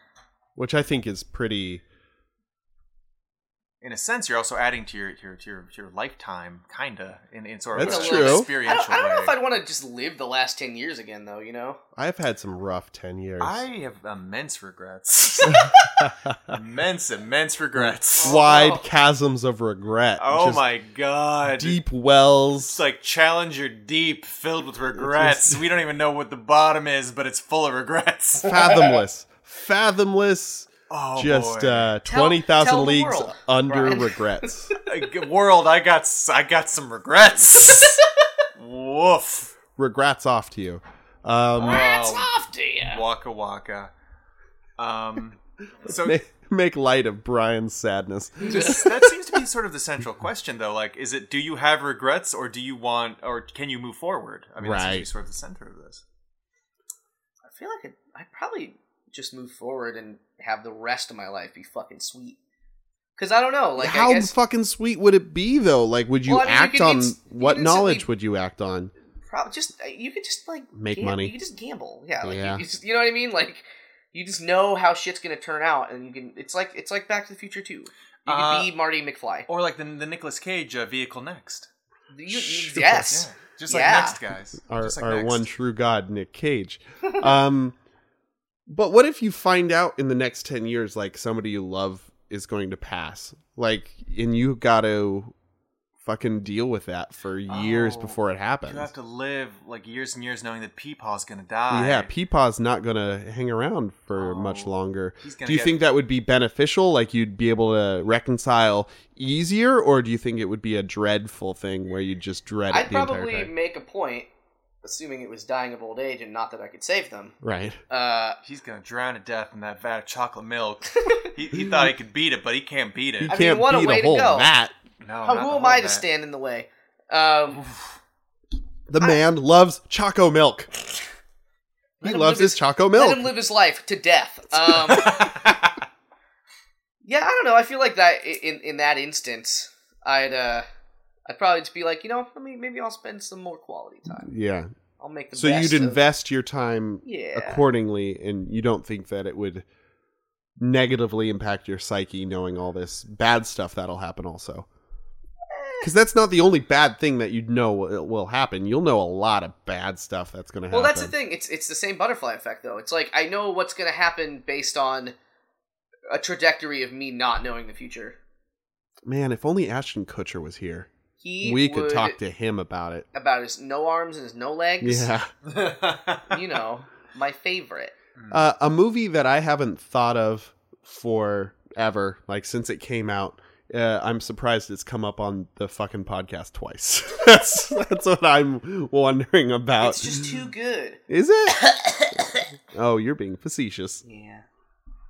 [SPEAKER 2] which I think is pretty.
[SPEAKER 3] in a sense, you're also adding to your to your to your, to your lifetime, kinda in, in sort of
[SPEAKER 2] That's
[SPEAKER 3] a
[SPEAKER 1] true. I don't- I
[SPEAKER 3] experiential
[SPEAKER 1] don't, I don't know
[SPEAKER 3] way.
[SPEAKER 1] if I'd want to just live the last ten years again, though. You know,
[SPEAKER 2] I've had some rough ten years.
[SPEAKER 3] I have immense regrets. immense, immense regrets.
[SPEAKER 2] Wide
[SPEAKER 1] Oh.
[SPEAKER 2] chasms of regret.
[SPEAKER 3] Oh
[SPEAKER 2] Just
[SPEAKER 3] my god.
[SPEAKER 2] Deep wells.
[SPEAKER 3] It's like Challenger Deep filled with regrets. we don't even know what the bottom is, but it's full of regrets.
[SPEAKER 2] fathomless. Fathomless.
[SPEAKER 3] Oh,
[SPEAKER 2] just
[SPEAKER 3] boy.
[SPEAKER 2] uh,
[SPEAKER 1] Tell-
[SPEAKER 2] twenty thousand
[SPEAKER 1] tell the
[SPEAKER 2] leagues
[SPEAKER 1] world,
[SPEAKER 2] under
[SPEAKER 1] Brian.
[SPEAKER 2] regrets.
[SPEAKER 3] Uh, g- world, I got s- I got some regrets. Woof.
[SPEAKER 2] regrets off to you. Um,
[SPEAKER 1] that's
[SPEAKER 3] Wow.
[SPEAKER 1] off to you.
[SPEAKER 3] Waka waka. Um. So
[SPEAKER 2] ma- make light of Brian's sadness.
[SPEAKER 3] just- that seems to be sort of the central question, though. Like, is it do you have regrets, or do you want, or can you move forward? I mean, that seems to be
[SPEAKER 2] Right.
[SPEAKER 3] sort of the center of this.
[SPEAKER 1] I feel like I'd, I'd probably just move forward and have the rest of my life be fucking sweet. Because I don't know, like
[SPEAKER 2] How
[SPEAKER 1] I guess
[SPEAKER 2] fucking sweet would it be though? Like, would you
[SPEAKER 1] Well, I mean, you
[SPEAKER 2] act
[SPEAKER 1] could
[SPEAKER 2] on
[SPEAKER 1] ins- you
[SPEAKER 2] what
[SPEAKER 1] could
[SPEAKER 2] knowledge
[SPEAKER 1] instantly-
[SPEAKER 2] would you act on?
[SPEAKER 1] Probably just uh, you could just like
[SPEAKER 2] Make
[SPEAKER 1] gam-
[SPEAKER 2] money.
[SPEAKER 1] You could just gamble, yeah. Like
[SPEAKER 2] Yeah.
[SPEAKER 1] You, you just, you know what I mean? Like you just know how shit's gonna turn out, and you can. It's like it's like Back to the Future too. You could
[SPEAKER 3] Uh,
[SPEAKER 1] be Marty McFly.
[SPEAKER 3] Or like the the Nicolas Cage uh, vehicle next.
[SPEAKER 1] You- you-
[SPEAKER 2] sure.
[SPEAKER 1] yes,
[SPEAKER 3] Yeah. Just like
[SPEAKER 1] Yeah.
[SPEAKER 3] next guys.
[SPEAKER 2] our,
[SPEAKER 3] just like
[SPEAKER 2] our
[SPEAKER 3] Next.
[SPEAKER 2] one true god nick cage um but what if you find out in the next 10 years like somebody you love is going to pass like and you gotta fucking deal with that for years
[SPEAKER 3] Oh,
[SPEAKER 2] before it happens
[SPEAKER 3] You have to live like years and years knowing that Peepaw's gonna die.
[SPEAKER 2] yeah peepaw's not gonna hang around for much
[SPEAKER 3] Oh,
[SPEAKER 2] longer
[SPEAKER 3] he's gonna
[SPEAKER 2] do you
[SPEAKER 3] get-
[SPEAKER 2] think that would be beneficial like you'd be able to reconcile easier or do you think it would be a dreadful thing where you just dread
[SPEAKER 1] I'd
[SPEAKER 2] it the entire
[SPEAKER 1] probably
[SPEAKER 2] time
[SPEAKER 1] make a point, assuming it was dying of old age and not that I could save them.
[SPEAKER 2] right
[SPEAKER 1] Uh,
[SPEAKER 3] He's gonna drown to death in that vat of chocolate milk. he, he thought he could beat it, but he can't beat
[SPEAKER 2] you
[SPEAKER 3] it.
[SPEAKER 1] mean,
[SPEAKER 2] can't
[SPEAKER 1] what a
[SPEAKER 2] beat
[SPEAKER 1] way
[SPEAKER 2] a
[SPEAKER 1] to
[SPEAKER 2] hole in
[SPEAKER 1] go.
[SPEAKER 2] that
[SPEAKER 3] No,
[SPEAKER 1] how-
[SPEAKER 3] Oh, not
[SPEAKER 1] who
[SPEAKER 3] the
[SPEAKER 1] am I
[SPEAKER 3] whole
[SPEAKER 1] to
[SPEAKER 3] vat.
[SPEAKER 1] stand in the way? Um,
[SPEAKER 2] The man loves choco milk. He
[SPEAKER 1] Let him
[SPEAKER 2] loves
[SPEAKER 1] live
[SPEAKER 2] his
[SPEAKER 1] his-
[SPEAKER 2] choco
[SPEAKER 1] let him
[SPEAKER 2] milk.
[SPEAKER 1] live his life to death. Um, yeah, I don't know. I feel like that in in that instance, I'd uh, I'd probably just be like, you know, let me maybe I'll spend some more quality time.
[SPEAKER 2] Yeah.
[SPEAKER 1] I'll make the
[SPEAKER 2] So
[SPEAKER 1] best
[SPEAKER 2] you'd
[SPEAKER 1] of-
[SPEAKER 2] invest your time
[SPEAKER 1] Yeah.
[SPEAKER 2] accordingly, and you don't think that it would negatively impact your psyche knowing all this bad stuff that'll happen also.
[SPEAKER 1] Eh.
[SPEAKER 2] Because that's not the only bad thing that you know will will happen. You'll know a lot of bad stuff that's going to happen.
[SPEAKER 1] Well, that's the thing. It's it's the same butterfly effect though. It's like I know what's going to happen based on a trajectory of me not knowing the future.
[SPEAKER 2] Man, if only Ashton Kutcher was here,
[SPEAKER 1] He
[SPEAKER 2] we could
[SPEAKER 1] would-
[SPEAKER 2] talk to him about it.
[SPEAKER 1] about his no arms and his no legs.
[SPEAKER 2] Yeah.
[SPEAKER 1] You know, my favorite.
[SPEAKER 2] Uh, a movie that I haven't thought of forever, like since it came out. Uh, I'm surprised it's come up on the fucking podcast twice. that's that's what I'm wondering about.
[SPEAKER 1] It's just too good.
[SPEAKER 2] Is it? oh, you're being facetious.
[SPEAKER 1] Yeah.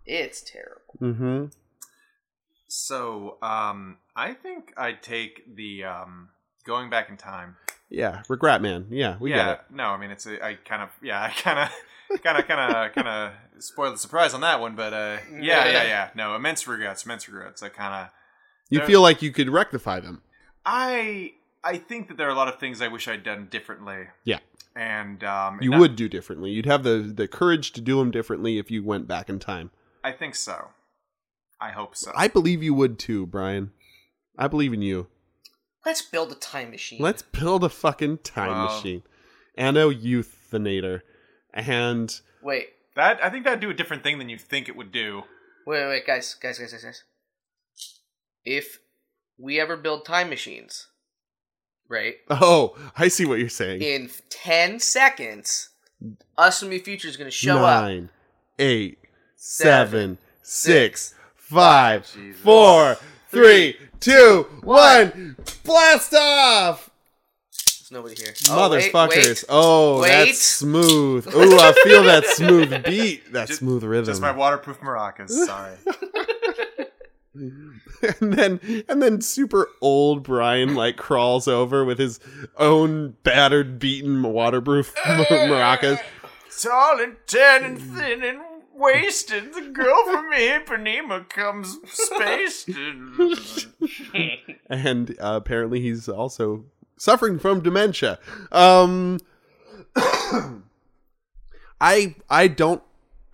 [SPEAKER 1] It's terrible.
[SPEAKER 2] Mm-hmm.
[SPEAKER 3] so, um, I think I'd take the um, going back in time.
[SPEAKER 2] Yeah, regret, man. Yeah, we
[SPEAKER 3] yeah,
[SPEAKER 2] got it.
[SPEAKER 3] no, I mean it's a, I kind of yeah, I kind of kind of kind of kind of spoiled the surprise on that one, but uh, yeah, yeah, yeah, no, immense regrets, immense regrets. I kind of
[SPEAKER 2] You
[SPEAKER 3] Yeah.
[SPEAKER 2] feel like you could rectify them.
[SPEAKER 3] I I think that there are a lot of things I wish I'd done differently.
[SPEAKER 2] Yeah.
[SPEAKER 3] and um,
[SPEAKER 2] You
[SPEAKER 3] and I-
[SPEAKER 2] would do differently. You'd have the the courage to do them differently if you went back in time.
[SPEAKER 3] I think so. I hope so.
[SPEAKER 2] I believe you would too, Brian. I believe in you.
[SPEAKER 1] Let's build a time machine.
[SPEAKER 2] Let's build a fucking time
[SPEAKER 3] Wow.
[SPEAKER 2] machine. And a euthanator. And
[SPEAKER 1] wait,
[SPEAKER 3] that I think that'd do a different thing than you think it would do.
[SPEAKER 1] wait, wait, guys, guys, guys, guys, guys. If we ever build time machines, right?
[SPEAKER 2] oh, I see what you're saying.
[SPEAKER 1] In ten seconds, us from the future is going to show up.
[SPEAKER 2] Nine, eight, seven, six,
[SPEAKER 1] six,
[SPEAKER 2] five,
[SPEAKER 3] Jesus.
[SPEAKER 2] four, three, two, one. Blast off!
[SPEAKER 1] There's nobody here. Oh, wait,
[SPEAKER 2] Motherfuckers.
[SPEAKER 1] wait.
[SPEAKER 2] Oh,
[SPEAKER 1] Wait.
[SPEAKER 2] that's smooth. Ooh, I feel that smooth beat. That
[SPEAKER 3] Just-
[SPEAKER 2] smooth rhythm.
[SPEAKER 3] Just my waterproof maracas. Sorry.
[SPEAKER 2] and then and then super old Brian like crawls over with his own battered, beaten waterproof maracas.
[SPEAKER 4] Tall and tan and thin and wasted, the girl from Ipanema comes spaced.
[SPEAKER 2] and uh, apparently he's also suffering from dementia. Um, I I don't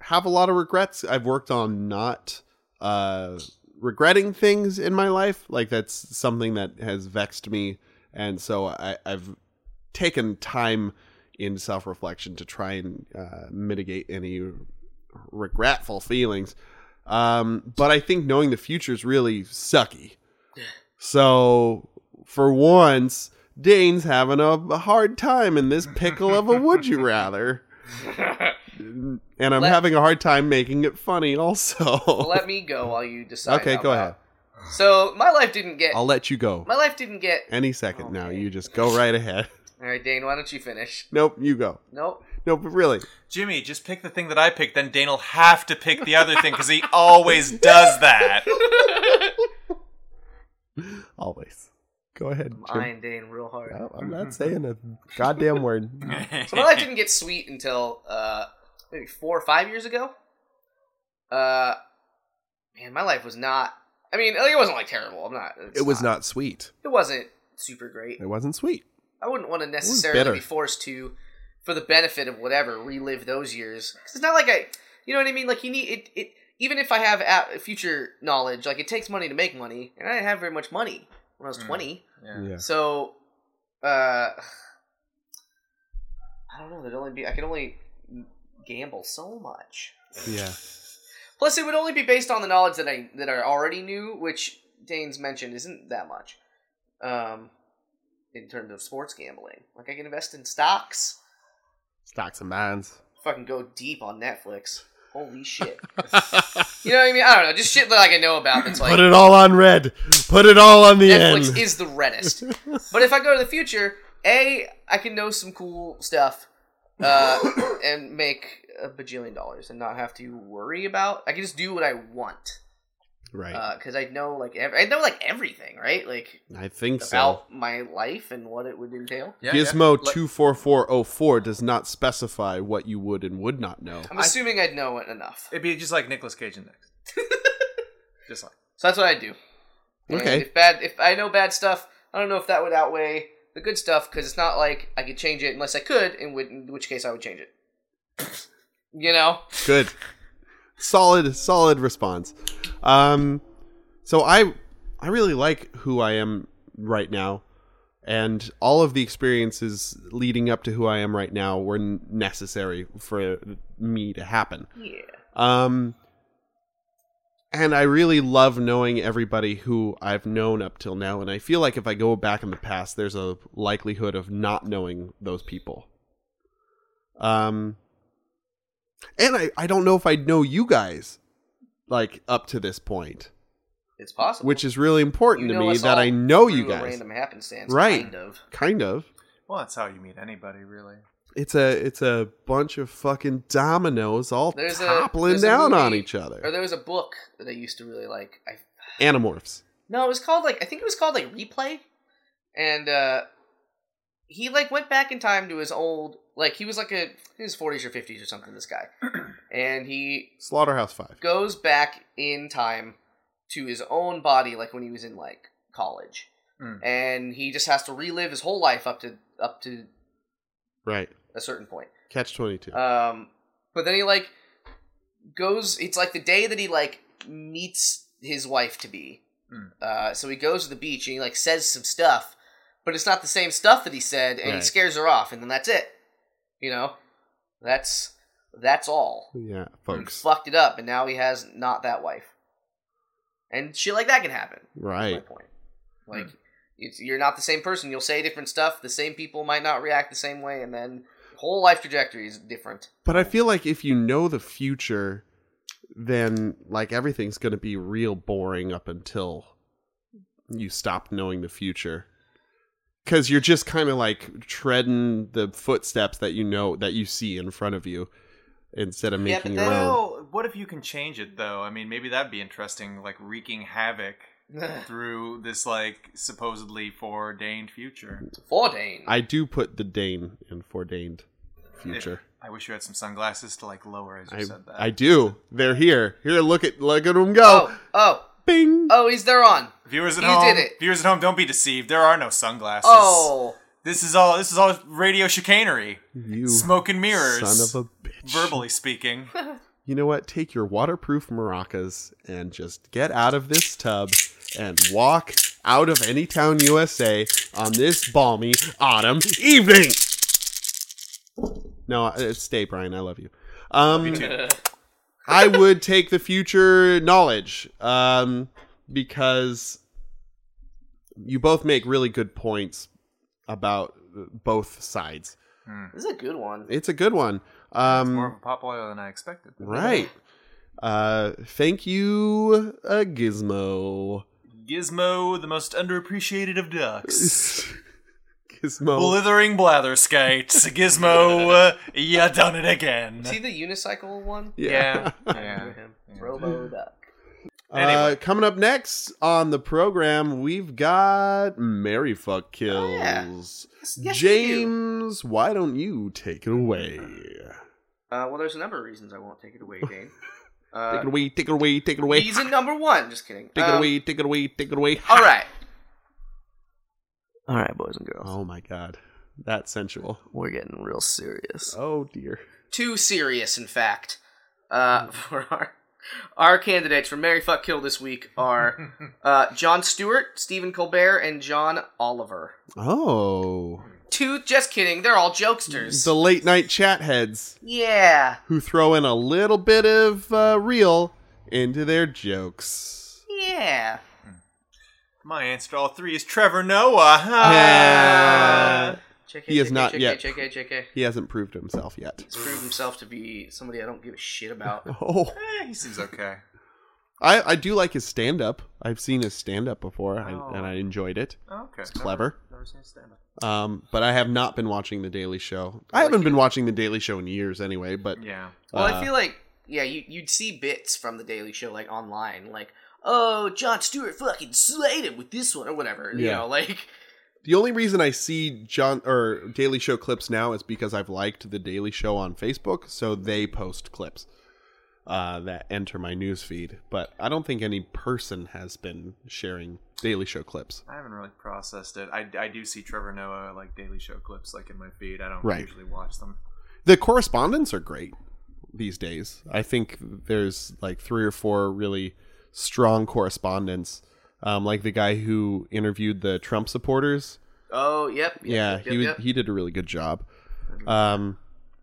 [SPEAKER 2] have a lot of regrets. I've worked on not uh, regretting things in my life. Like that's something that has vexed me, and so I, I've taken time in self reflection to try and uh, mitigate any regretful feelings. Um, but I think knowing the future is really sucky. So for once, Dane's having a, a hard time in this pickle of a would you rather. And I'm
[SPEAKER 1] Let-
[SPEAKER 2] having a hard time making it funny also.
[SPEAKER 1] Let me go while you decide.
[SPEAKER 2] okay,
[SPEAKER 1] how
[SPEAKER 2] go
[SPEAKER 1] about-
[SPEAKER 2] ahead.
[SPEAKER 1] So my life didn't get.
[SPEAKER 2] I'll let you go.
[SPEAKER 1] my life didn't get.
[SPEAKER 2] Any second now.
[SPEAKER 1] Okay.
[SPEAKER 2] You just go right ahead.
[SPEAKER 1] All right, Dane, why don't you finish?
[SPEAKER 2] Nope, you go.
[SPEAKER 1] Nope.
[SPEAKER 2] Nope, but really.
[SPEAKER 3] Jimmy, just pick the thing that I picked. Then Dane will have to pick the other thing because he always does that.
[SPEAKER 2] Always. Go ahead.
[SPEAKER 1] I'm
[SPEAKER 2] Jim.
[SPEAKER 1] eyeing Dane real hard.
[SPEAKER 2] No, I'm not saying a goddamn word.
[SPEAKER 1] So my life didn't get sweet until uh, maybe four or five years ago. Uh, man, my life was not. I mean, like, it wasn't like terrible. I'm not. it's
[SPEAKER 2] It was not sweet.
[SPEAKER 1] It wasn't super great.
[SPEAKER 2] It wasn't sweet.
[SPEAKER 1] I wouldn't want to necessarily
[SPEAKER 2] bitter.
[SPEAKER 1] be forced to, for the benefit of whatever, relive those years. 'Cause it's not like I, you know what I mean. Like you need it. it even if I have a future knowledge, like it takes money to make money, and I didn't have very much money when I was
[SPEAKER 3] Mm.
[SPEAKER 1] twenty.
[SPEAKER 3] Yeah.
[SPEAKER 1] So, uh, I don't know. There'd only be I could only gamble so much.
[SPEAKER 2] Yeah.
[SPEAKER 1] Plus, it would only be based on the knowledge that I that I already knew, which Dane's mentioned isn't that much. Um, in terms of sports gambling, like I can invest in stocks,
[SPEAKER 2] Stocks and bonds.
[SPEAKER 1] fucking go deep on Netflix. Holy shit! you know what I mean? I don't know. Just shit that I can know about. That's like
[SPEAKER 2] Put it all on red. Put it all on the
[SPEAKER 1] Netflix
[SPEAKER 2] end.
[SPEAKER 1] is the reddest. but if I go to the future, a I can know some cool stuff, uh, and make a bajillion dollars and not have to worry about. I can just do what I want
[SPEAKER 2] right.
[SPEAKER 1] because I know like ev- I know like everything, right? Like
[SPEAKER 2] I think so.
[SPEAKER 1] about my life and what it would entail.
[SPEAKER 3] Yeah, yeah.
[SPEAKER 2] Gizmo
[SPEAKER 3] Like-
[SPEAKER 2] two four four oh four does not specify what you would and would not know.
[SPEAKER 1] I'm assuming I'd know it enough,
[SPEAKER 3] It'd be just like Nicolas Cage index. just like
[SPEAKER 1] so that's what I do. And
[SPEAKER 2] Okay.
[SPEAKER 1] If bad, if I know bad stuff, I don't know if that would outweigh the good stuff because it's not like I could change it unless I could, in, w- in which case I would change it. you know?
[SPEAKER 2] Good. solid, solid response. Um, so I, I really like who I am right now, and all of the experiences leading up to who I am right now were n- necessary for me to happen.
[SPEAKER 1] Yeah.
[SPEAKER 2] Um, and I really love knowing everybody who I've known up till now, and I feel like if I go back in the past, there's a likelihood of not knowing those people. Um, and I, I don't know if I know you guys, like up to this point,
[SPEAKER 1] It's possible.
[SPEAKER 2] which is really important
[SPEAKER 1] You
[SPEAKER 2] to
[SPEAKER 1] know
[SPEAKER 2] me
[SPEAKER 1] us
[SPEAKER 2] that
[SPEAKER 1] all
[SPEAKER 2] I know you
[SPEAKER 1] through a
[SPEAKER 2] guys.
[SPEAKER 1] random happenstance,
[SPEAKER 2] Right.
[SPEAKER 1] kind of.
[SPEAKER 2] Kind of.
[SPEAKER 4] Well, that's how you meet anybody, really.
[SPEAKER 2] It's a it's a bunch of fucking dominoes all
[SPEAKER 1] There's a-
[SPEAKER 2] toppling
[SPEAKER 1] there's a
[SPEAKER 2] down on
[SPEAKER 1] movie-
[SPEAKER 2] each other.
[SPEAKER 1] Or there was a book that I used to really like. I
[SPEAKER 2] Animorphs.
[SPEAKER 1] No, it was called like I think it was called like replay, and uh, he like went back in time to his old like he was like a in his forties or fifties or something. This guy, and he
[SPEAKER 2] Slaughterhouse Five.
[SPEAKER 1] goes back in time to his own body, like when he was in like college,
[SPEAKER 2] Hmm.
[SPEAKER 4] Mm.
[SPEAKER 1] and he just has to relive his whole life up to up to
[SPEAKER 2] Right.
[SPEAKER 1] a certain point.
[SPEAKER 2] Catch twenty two.
[SPEAKER 1] Um, but then he like goes. It's like the day that he like meets his wife to be.
[SPEAKER 2] Hmm.
[SPEAKER 4] Mm.
[SPEAKER 1] Uh, so he goes to the beach and he like says some stuff, but it's not the same stuff that he said, and he
[SPEAKER 2] Right.
[SPEAKER 1] scares her off, and then that's it. You know, that's that's all.
[SPEAKER 2] Yeah,
[SPEAKER 1] He
[SPEAKER 2] folks.
[SPEAKER 1] fucked it up, and now he has not that wife, and shit like that can happen. That's
[SPEAKER 2] Right. Hmm.
[SPEAKER 1] my point. Like. It's, you're not the same person. You'll say different stuff. The same people might not react the same way, and then whole life trajectory is different.
[SPEAKER 2] But I feel like if you know the future, then like everything's going to be real boring up until you stop knowing the future. Cuz you're just kind of like treading the footsteps that you know that you see in front of you instead of
[SPEAKER 1] Yeah,
[SPEAKER 2] making
[SPEAKER 1] but
[SPEAKER 2] your
[SPEAKER 1] then-
[SPEAKER 2] own.
[SPEAKER 4] Well, what if you can change it though? I mean, maybe that'd be interesting, like wreaking havoc through this like supposedly foreordained future.
[SPEAKER 1] Fourteen.
[SPEAKER 2] I do put the Dane in foredained future.
[SPEAKER 4] I wish you had some sunglasses to like lower as you
[SPEAKER 2] I,
[SPEAKER 4] said that.
[SPEAKER 2] I do. They're here. Here, look at look at them go.
[SPEAKER 1] oh, oh,
[SPEAKER 2] Bing.
[SPEAKER 1] oh, he's there on.
[SPEAKER 4] viewers at
[SPEAKER 1] You
[SPEAKER 4] home,
[SPEAKER 1] did it.
[SPEAKER 4] viewers at home, don't be deceived. There are no sunglasses.
[SPEAKER 1] Oh,
[SPEAKER 4] this is all this is all radio chicanery,
[SPEAKER 2] you
[SPEAKER 4] smoke and mirrors,
[SPEAKER 2] son of a bitch.
[SPEAKER 4] verbally speaking.
[SPEAKER 2] you know what? Take your waterproof maracas and just get out of this tub and walk out of Anytown, USA on this balmy autumn evening. No, uh, stay, Brian. I love you. Um, I would take the future knowledge um, because you both make really good points about uh, both sides.
[SPEAKER 1] this is a good one.
[SPEAKER 2] It's a good one. Um,
[SPEAKER 4] More of a pop oil than I expected.
[SPEAKER 2] Right. Uh, thank you, uh, Gizmo.
[SPEAKER 4] Gizmo, the most underappreciated of ducks.
[SPEAKER 2] Gizmo.
[SPEAKER 4] Blithering blatherskite. Gizmo, uh, ya done it again.
[SPEAKER 1] See the unicycle one?
[SPEAKER 4] Yeah.
[SPEAKER 1] Remember
[SPEAKER 4] yeah.
[SPEAKER 1] him. Robo duck.
[SPEAKER 2] Uh,
[SPEAKER 4] Anyway.
[SPEAKER 2] coming up next on the program, we've got Mary Fuck
[SPEAKER 1] Oh, yeah.
[SPEAKER 2] Kills.
[SPEAKER 1] Yes, you do.
[SPEAKER 2] James, why don't you take it away?
[SPEAKER 1] Uh, well, there's a number of reasons I won't take it away, Dane. Uh,
[SPEAKER 2] take it away, take it away, take it away. Take
[SPEAKER 1] reason number one. Just kidding.
[SPEAKER 2] it
[SPEAKER 1] Um,
[SPEAKER 2] away, take it away, take it away.
[SPEAKER 1] All right. All right, boys and girls.
[SPEAKER 2] Oh my god. That's sensual.
[SPEAKER 1] We're getting real serious.
[SPEAKER 2] Oh dear.
[SPEAKER 1] too serious, in fact.
[SPEAKER 2] Hmm.
[SPEAKER 1] Uh, for our our candidates for Mary Fuck Kill this week are uh, John Stewart, Stephen Colbert, and John Oliver.
[SPEAKER 2] Oh.
[SPEAKER 1] Two, just kidding. They're all jokesters.
[SPEAKER 2] The late night chat heads.
[SPEAKER 1] yeah,
[SPEAKER 2] who throw in a little bit of uh, real into their jokes.
[SPEAKER 1] yeah.
[SPEAKER 4] My answer to all three is Trevor Noah.
[SPEAKER 2] Uh,
[SPEAKER 1] JK,
[SPEAKER 2] He is
[SPEAKER 1] JK,
[SPEAKER 2] not
[SPEAKER 1] JK,
[SPEAKER 2] yet.
[SPEAKER 1] JK, JK.
[SPEAKER 2] he hasn't proved himself yet.
[SPEAKER 1] He's proved himself to be somebody I don't give a shit about.
[SPEAKER 2] Oh,
[SPEAKER 4] Eh, he seems okay.
[SPEAKER 2] I, I do like his stand up. I've seen his stand up before, I-
[SPEAKER 4] Oh.
[SPEAKER 2] and I enjoyed it.
[SPEAKER 4] Oh, okay. It's
[SPEAKER 2] clever.
[SPEAKER 4] Never, seen his stand-up.
[SPEAKER 2] Um, but I have not been watching The Daily Show.
[SPEAKER 1] I
[SPEAKER 2] I
[SPEAKER 1] like
[SPEAKER 2] haven't been
[SPEAKER 1] it.
[SPEAKER 2] watching The Daily Show in years, anyway. But
[SPEAKER 4] Yeah.
[SPEAKER 1] Well,
[SPEAKER 2] uh,
[SPEAKER 1] I feel like yeah, you you'd see bits from the Daily Show like online, like oh, John Stewart fucking slayed it with this one or whatever. You
[SPEAKER 2] Yeah.
[SPEAKER 1] know, like
[SPEAKER 2] the only reason I see John or Daily Show clips now is because I've liked The Daily Show on Facebook, so they post clips. uh, that enter my news feed. But I don't think any person has been sharing Daily Show clips.
[SPEAKER 3] I haven't really processed it. I, I do see Trevor Noah like Daily Show clips like in my feed. I don't
[SPEAKER 2] Right.
[SPEAKER 3] usually watch them.
[SPEAKER 2] The correspondents are great these days. I think there's like three or four really strong correspondents. Um, like the guy who interviewed the Trump supporters.
[SPEAKER 1] Oh, yep. yep,
[SPEAKER 2] yeah,
[SPEAKER 1] yep,
[SPEAKER 2] he
[SPEAKER 1] yep,
[SPEAKER 2] was,
[SPEAKER 1] yep.
[SPEAKER 2] he did a really good job. Um,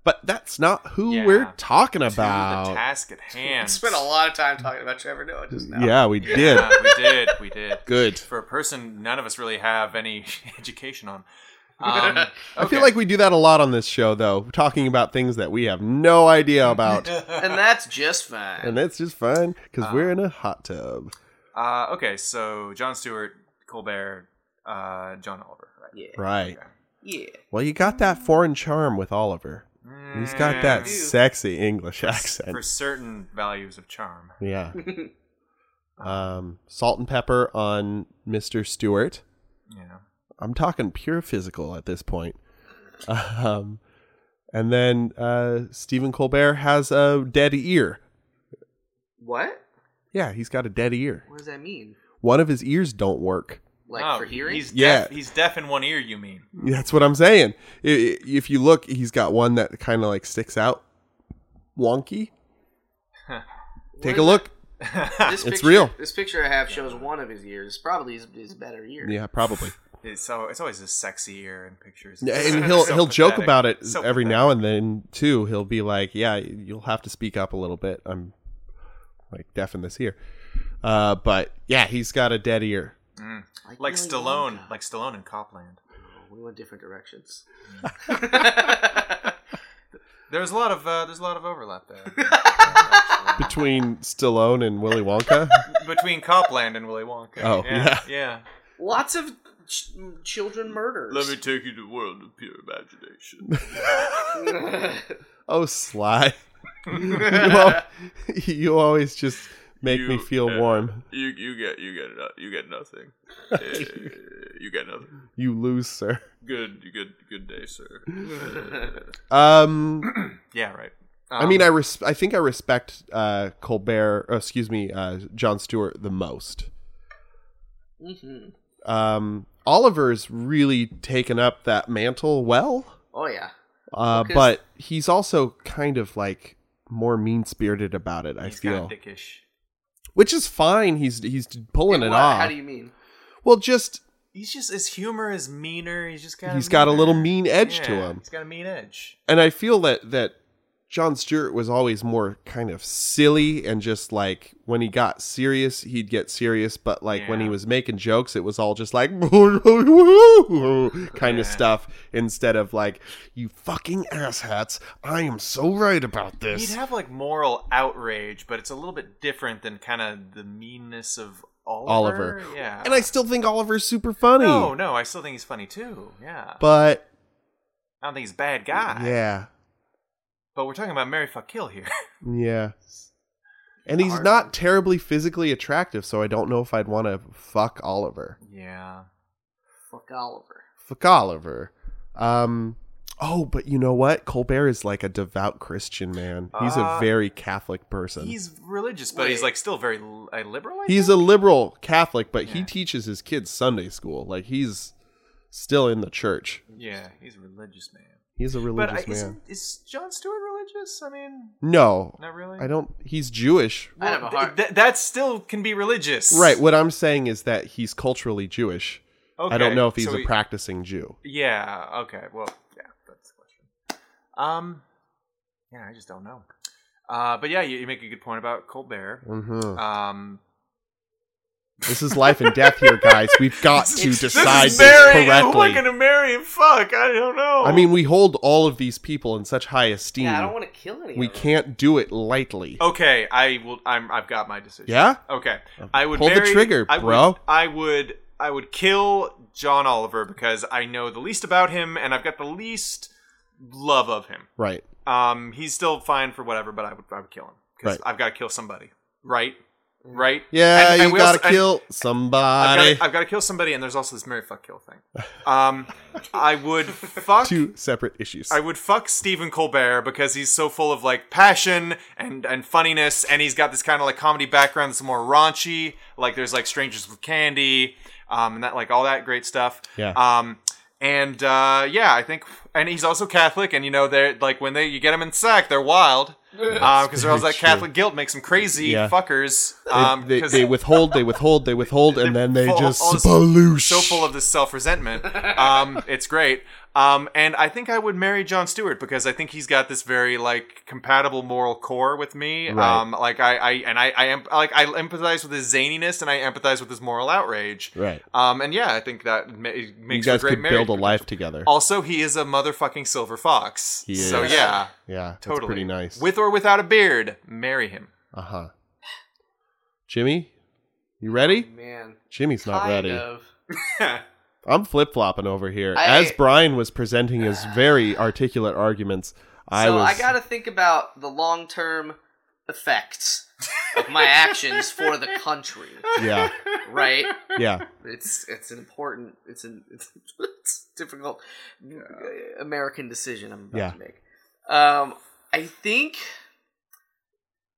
[SPEAKER 2] but that's not who
[SPEAKER 3] Yeah.
[SPEAKER 2] we're talking
[SPEAKER 3] To the
[SPEAKER 2] about.
[SPEAKER 3] task at hand.
[SPEAKER 1] We spent a lot of time talking about Trevor Noah just now.
[SPEAKER 2] Yeah, we did.
[SPEAKER 3] Yeah, we did. We did.
[SPEAKER 2] Good.
[SPEAKER 3] For a person none of us really have any education on. Um,
[SPEAKER 2] I feel like we do that a lot on this show, though, talking about things that we have no idea about,
[SPEAKER 1] and that's just fine.
[SPEAKER 2] and that's just fine because we're in a hot tub.
[SPEAKER 3] Uh, okay, so John Stewart, Colbert, uh, John Oliver. Right?
[SPEAKER 1] yeah,
[SPEAKER 2] Right.
[SPEAKER 1] yeah.
[SPEAKER 2] Well, you got that foreign charm with Oliver. He's got that
[SPEAKER 3] Mm,
[SPEAKER 2] sexy English accent.
[SPEAKER 3] for certain values of charm.
[SPEAKER 2] Yeah. Um, salt and pepper on Mr. Stewart.
[SPEAKER 3] Yeah.
[SPEAKER 2] I'm talking pure physical at this point. Um, and then uh, Stephen Colbert has a dead ear.
[SPEAKER 1] What?
[SPEAKER 2] Yeah, he's got a dead ear.
[SPEAKER 1] What does that mean?
[SPEAKER 2] One of his ears don't work.
[SPEAKER 1] Like
[SPEAKER 3] Oh,
[SPEAKER 1] for hearing?
[SPEAKER 3] He's
[SPEAKER 2] Yeah.
[SPEAKER 3] deaf. He's deaf in one ear. You mean?
[SPEAKER 2] That's what I'm saying. I- i- If you look, he's got one that kind of like sticks out wonky. Take a look.
[SPEAKER 1] This
[SPEAKER 2] It's
[SPEAKER 1] picture,
[SPEAKER 2] real.
[SPEAKER 1] This picture I have shows one of his ears. Probably his, his better ear.
[SPEAKER 2] Yeah, probably.
[SPEAKER 3] It's so it's always this sexy ear in pictures.
[SPEAKER 2] Yeah, And he'll
[SPEAKER 3] So
[SPEAKER 2] he'll joke
[SPEAKER 3] pathetic.
[SPEAKER 2] about it
[SPEAKER 3] So
[SPEAKER 2] every
[SPEAKER 3] pathetic.
[SPEAKER 2] now and then too. He'll be like, "Yeah, you'll have to speak up a little bit. I'm like deaf in this ear." Uh, but yeah, he's got a dead ear.
[SPEAKER 3] Like
[SPEAKER 1] Willy
[SPEAKER 3] Stallone,
[SPEAKER 1] Wonka.
[SPEAKER 3] like Stallone in Copland.
[SPEAKER 1] Oh, we went different directions.
[SPEAKER 3] There's a lot of uh, there's a lot of overlap there
[SPEAKER 2] between Stallone and Willy Wonka.
[SPEAKER 3] between Copland and Willy Wonka.
[SPEAKER 2] Oh,
[SPEAKER 3] yeah, yeah.
[SPEAKER 1] Lots of ch- children murders.
[SPEAKER 3] take you to the world of pure imagination.
[SPEAKER 2] oh, Sly, you, al- you always just make me
[SPEAKER 3] You-
[SPEAKER 2] feel
[SPEAKER 3] uh,
[SPEAKER 2] warm.
[SPEAKER 3] You you get you get no, you get nothing. Eh, you get nothing.
[SPEAKER 2] You lose, sir.
[SPEAKER 3] Good good good day, sir.
[SPEAKER 2] Um,
[SPEAKER 3] Yeah, right.
[SPEAKER 2] I
[SPEAKER 3] Um,
[SPEAKER 2] mean, I res- I think I respect uh, Colbert. Or, excuse me, uh, John Stewart the most.
[SPEAKER 1] Mhm.
[SPEAKER 2] Um, Oliver's really taken up that mantle well,
[SPEAKER 1] Oh yeah.
[SPEAKER 2] uh,
[SPEAKER 1] Because-
[SPEAKER 2] but he's also kind of like more mean spirited about it. I
[SPEAKER 3] he's
[SPEAKER 2] feel,
[SPEAKER 3] kind of dickish.
[SPEAKER 2] which is fine. He's he's pulling
[SPEAKER 1] In
[SPEAKER 2] it
[SPEAKER 1] what-
[SPEAKER 2] off.
[SPEAKER 1] How do you mean?
[SPEAKER 2] well, just
[SPEAKER 3] He's just his humor is meaner. He's just got
[SPEAKER 2] he's got a little mean edge to him
[SPEAKER 3] He's got a mean edge.
[SPEAKER 2] and i feel that that john stewart was always more kind of silly and just like when he got serious he'd get serious but like when he
[SPEAKER 3] Yeah.
[SPEAKER 2] was making jokes it was all just like kind
[SPEAKER 3] Yeah.
[SPEAKER 2] of stuff instead of like you fucking asshats i am so right about this
[SPEAKER 3] He'd have like moral outrage, but it's a little bit different than kind of the meanness of Oliver.
[SPEAKER 2] Oliver.
[SPEAKER 3] yeah.
[SPEAKER 2] and i still think oliver's super funny
[SPEAKER 3] no, no, I still think he's funny too. Yeah,
[SPEAKER 2] but
[SPEAKER 3] I don't think he's a bad guy.
[SPEAKER 2] yeah
[SPEAKER 3] but we're talking about Mary Fuck Kill here.
[SPEAKER 2] yeah and he's
[SPEAKER 1] Hard.
[SPEAKER 2] not terribly physically attractive so i don't know if i'd want to fuck oliver
[SPEAKER 3] yeah,
[SPEAKER 1] Fuck Oliver.
[SPEAKER 2] fuck Oliver. Um, oh, but you know what? Colbert is like a devout Christian man. He's a
[SPEAKER 3] Uh,
[SPEAKER 2] very Catholic person. He's,
[SPEAKER 3] he's religious, but he's
[SPEAKER 1] Wait.
[SPEAKER 3] like still very li- a liberal. I
[SPEAKER 2] a liberal Catholic, but he
[SPEAKER 3] Yeah.
[SPEAKER 2] teaches his kids Sunday school. Like he's still in the church.
[SPEAKER 3] think? yeah, he's a religious man.
[SPEAKER 2] He's a
[SPEAKER 3] But I,
[SPEAKER 2] religious man.
[SPEAKER 3] isn't, is John Stewart religious? I mean,
[SPEAKER 2] No,
[SPEAKER 3] not really.
[SPEAKER 2] I don't. He's Jewish.
[SPEAKER 1] I have a
[SPEAKER 3] Th-
[SPEAKER 1] heart.
[SPEAKER 3] th- that still can be religious,
[SPEAKER 2] Right. What I'm saying is that he's culturally Jewish.
[SPEAKER 3] Okay,
[SPEAKER 2] I don't know if he's
[SPEAKER 3] so
[SPEAKER 2] a
[SPEAKER 3] he-
[SPEAKER 2] practicing Jew.
[SPEAKER 3] Yeah. Okay. Well. Yeah. That's the question. Um. Yeah, I just don't know. Uh. But yeah, you, you make a good point about Colbert.
[SPEAKER 2] Mhm.
[SPEAKER 3] Um.
[SPEAKER 2] this is life and death here, guys. We've got to
[SPEAKER 1] It's- this is
[SPEAKER 2] decide this,
[SPEAKER 3] Mary, who am I
[SPEAKER 2] correctly.
[SPEAKER 3] gonna marry? Fuck, I don't know.
[SPEAKER 2] I mean, we hold all of these people in such high esteem.
[SPEAKER 1] Yeah, I don't want to kill anyone.
[SPEAKER 2] We can't do it lightly.
[SPEAKER 3] Okay, I will. I'm. I've got my decision.
[SPEAKER 2] Yeah?
[SPEAKER 3] Okay. I would
[SPEAKER 2] Pull the
[SPEAKER 3] marry-
[SPEAKER 2] trigger,
[SPEAKER 3] I
[SPEAKER 2] bro.
[SPEAKER 3] Would, I would. I would kill John Oliver because I know the least about him and I've got the least love of him.
[SPEAKER 2] Right.
[SPEAKER 3] Um, he's still fine for whatever, but I would. I would kill him because
[SPEAKER 2] Right.
[SPEAKER 3] I've got to kill somebody. Right. right?
[SPEAKER 2] Yeah,
[SPEAKER 3] And- and
[SPEAKER 2] you
[SPEAKER 3] we
[SPEAKER 2] gotta
[SPEAKER 3] also- and-
[SPEAKER 2] kill
[SPEAKER 3] I've
[SPEAKER 2] somebody.
[SPEAKER 3] gotta- I've got to kill somebody, and there's also this Mary fuck kill thing. Um, I would fuck.
[SPEAKER 2] Two separate issues.
[SPEAKER 3] I would fuck Stephen Colbert because he's so full of like passion and and funniness, and he's got this kind of like comedy background that's more raunchy. Like there's like Strangers with Candy, um, and that like all that great stuff.
[SPEAKER 2] Yeah.
[SPEAKER 3] Um, and uh, yeah, I think, and he's also Catholic, and you know they're like when they you get him in sack, they're wild. Because there's all
[SPEAKER 2] very
[SPEAKER 3] that
[SPEAKER 2] true.
[SPEAKER 3] Catholic guilt makes them crazy
[SPEAKER 2] Yeah.
[SPEAKER 3] fuckers.
[SPEAKER 2] They-
[SPEAKER 3] Um,
[SPEAKER 2] they,
[SPEAKER 3] 'cause-
[SPEAKER 2] they withhold, they withhold, they withhold, and then they
[SPEAKER 3] full-
[SPEAKER 2] just
[SPEAKER 3] all-
[SPEAKER 2] sploosh.
[SPEAKER 3] so full of this self resentment. Um, it's great. Um, and I think I would marry John Stewart because I think he's got this very like compatible moral core with me.
[SPEAKER 2] Right.
[SPEAKER 3] Um, like I, I and I, I am like I empathize with his zaniness and I empathize with his moral outrage.
[SPEAKER 2] Right.
[SPEAKER 3] Um, and yeah, I think that ma- it
[SPEAKER 2] you
[SPEAKER 3] makes for
[SPEAKER 2] guys
[SPEAKER 3] great
[SPEAKER 2] could
[SPEAKER 3] marriage.
[SPEAKER 2] build a life together.
[SPEAKER 3] also, he is a motherfucking silver fox.
[SPEAKER 2] He
[SPEAKER 3] So
[SPEAKER 2] is.
[SPEAKER 3] yeah,
[SPEAKER 2] yeah, that's
[SPEAKER 3] totally
[SPEAKER 2] pretty nice.
[SPEAKER 3] With or without a beard, marry him.
[SPEAKER 2] uh huh. Jimmy, you ready?
[SPEAKER 1] Man,
[SPEAKER 2] Jimmy's not
[SPEAKER 1] kind
[SPEAKER 2] ready.
[SPEAKER 1] of.
[SPEAKER 2] I'm flip flopping over here.
[SPEAKER 1] I-
[SPEAKER 2] As Brian was presenting his very articulate arguments, I
[SPEAKER 1] so
[SPEAKER 2] was.
[SPEAKER 1] I gotta think about the long term effects of my actions for the country,
[SPEAKER 2] yeah,
[SPEAKER 1] right?
[SPEAKER 2] yeah.
[SPEAKER 1] It's it's an important, it's an it's, it's a difficult uh, American decision I'm about
[SPEAKER 2] Yeah.
[SPEAKER 1] to make. Um, I think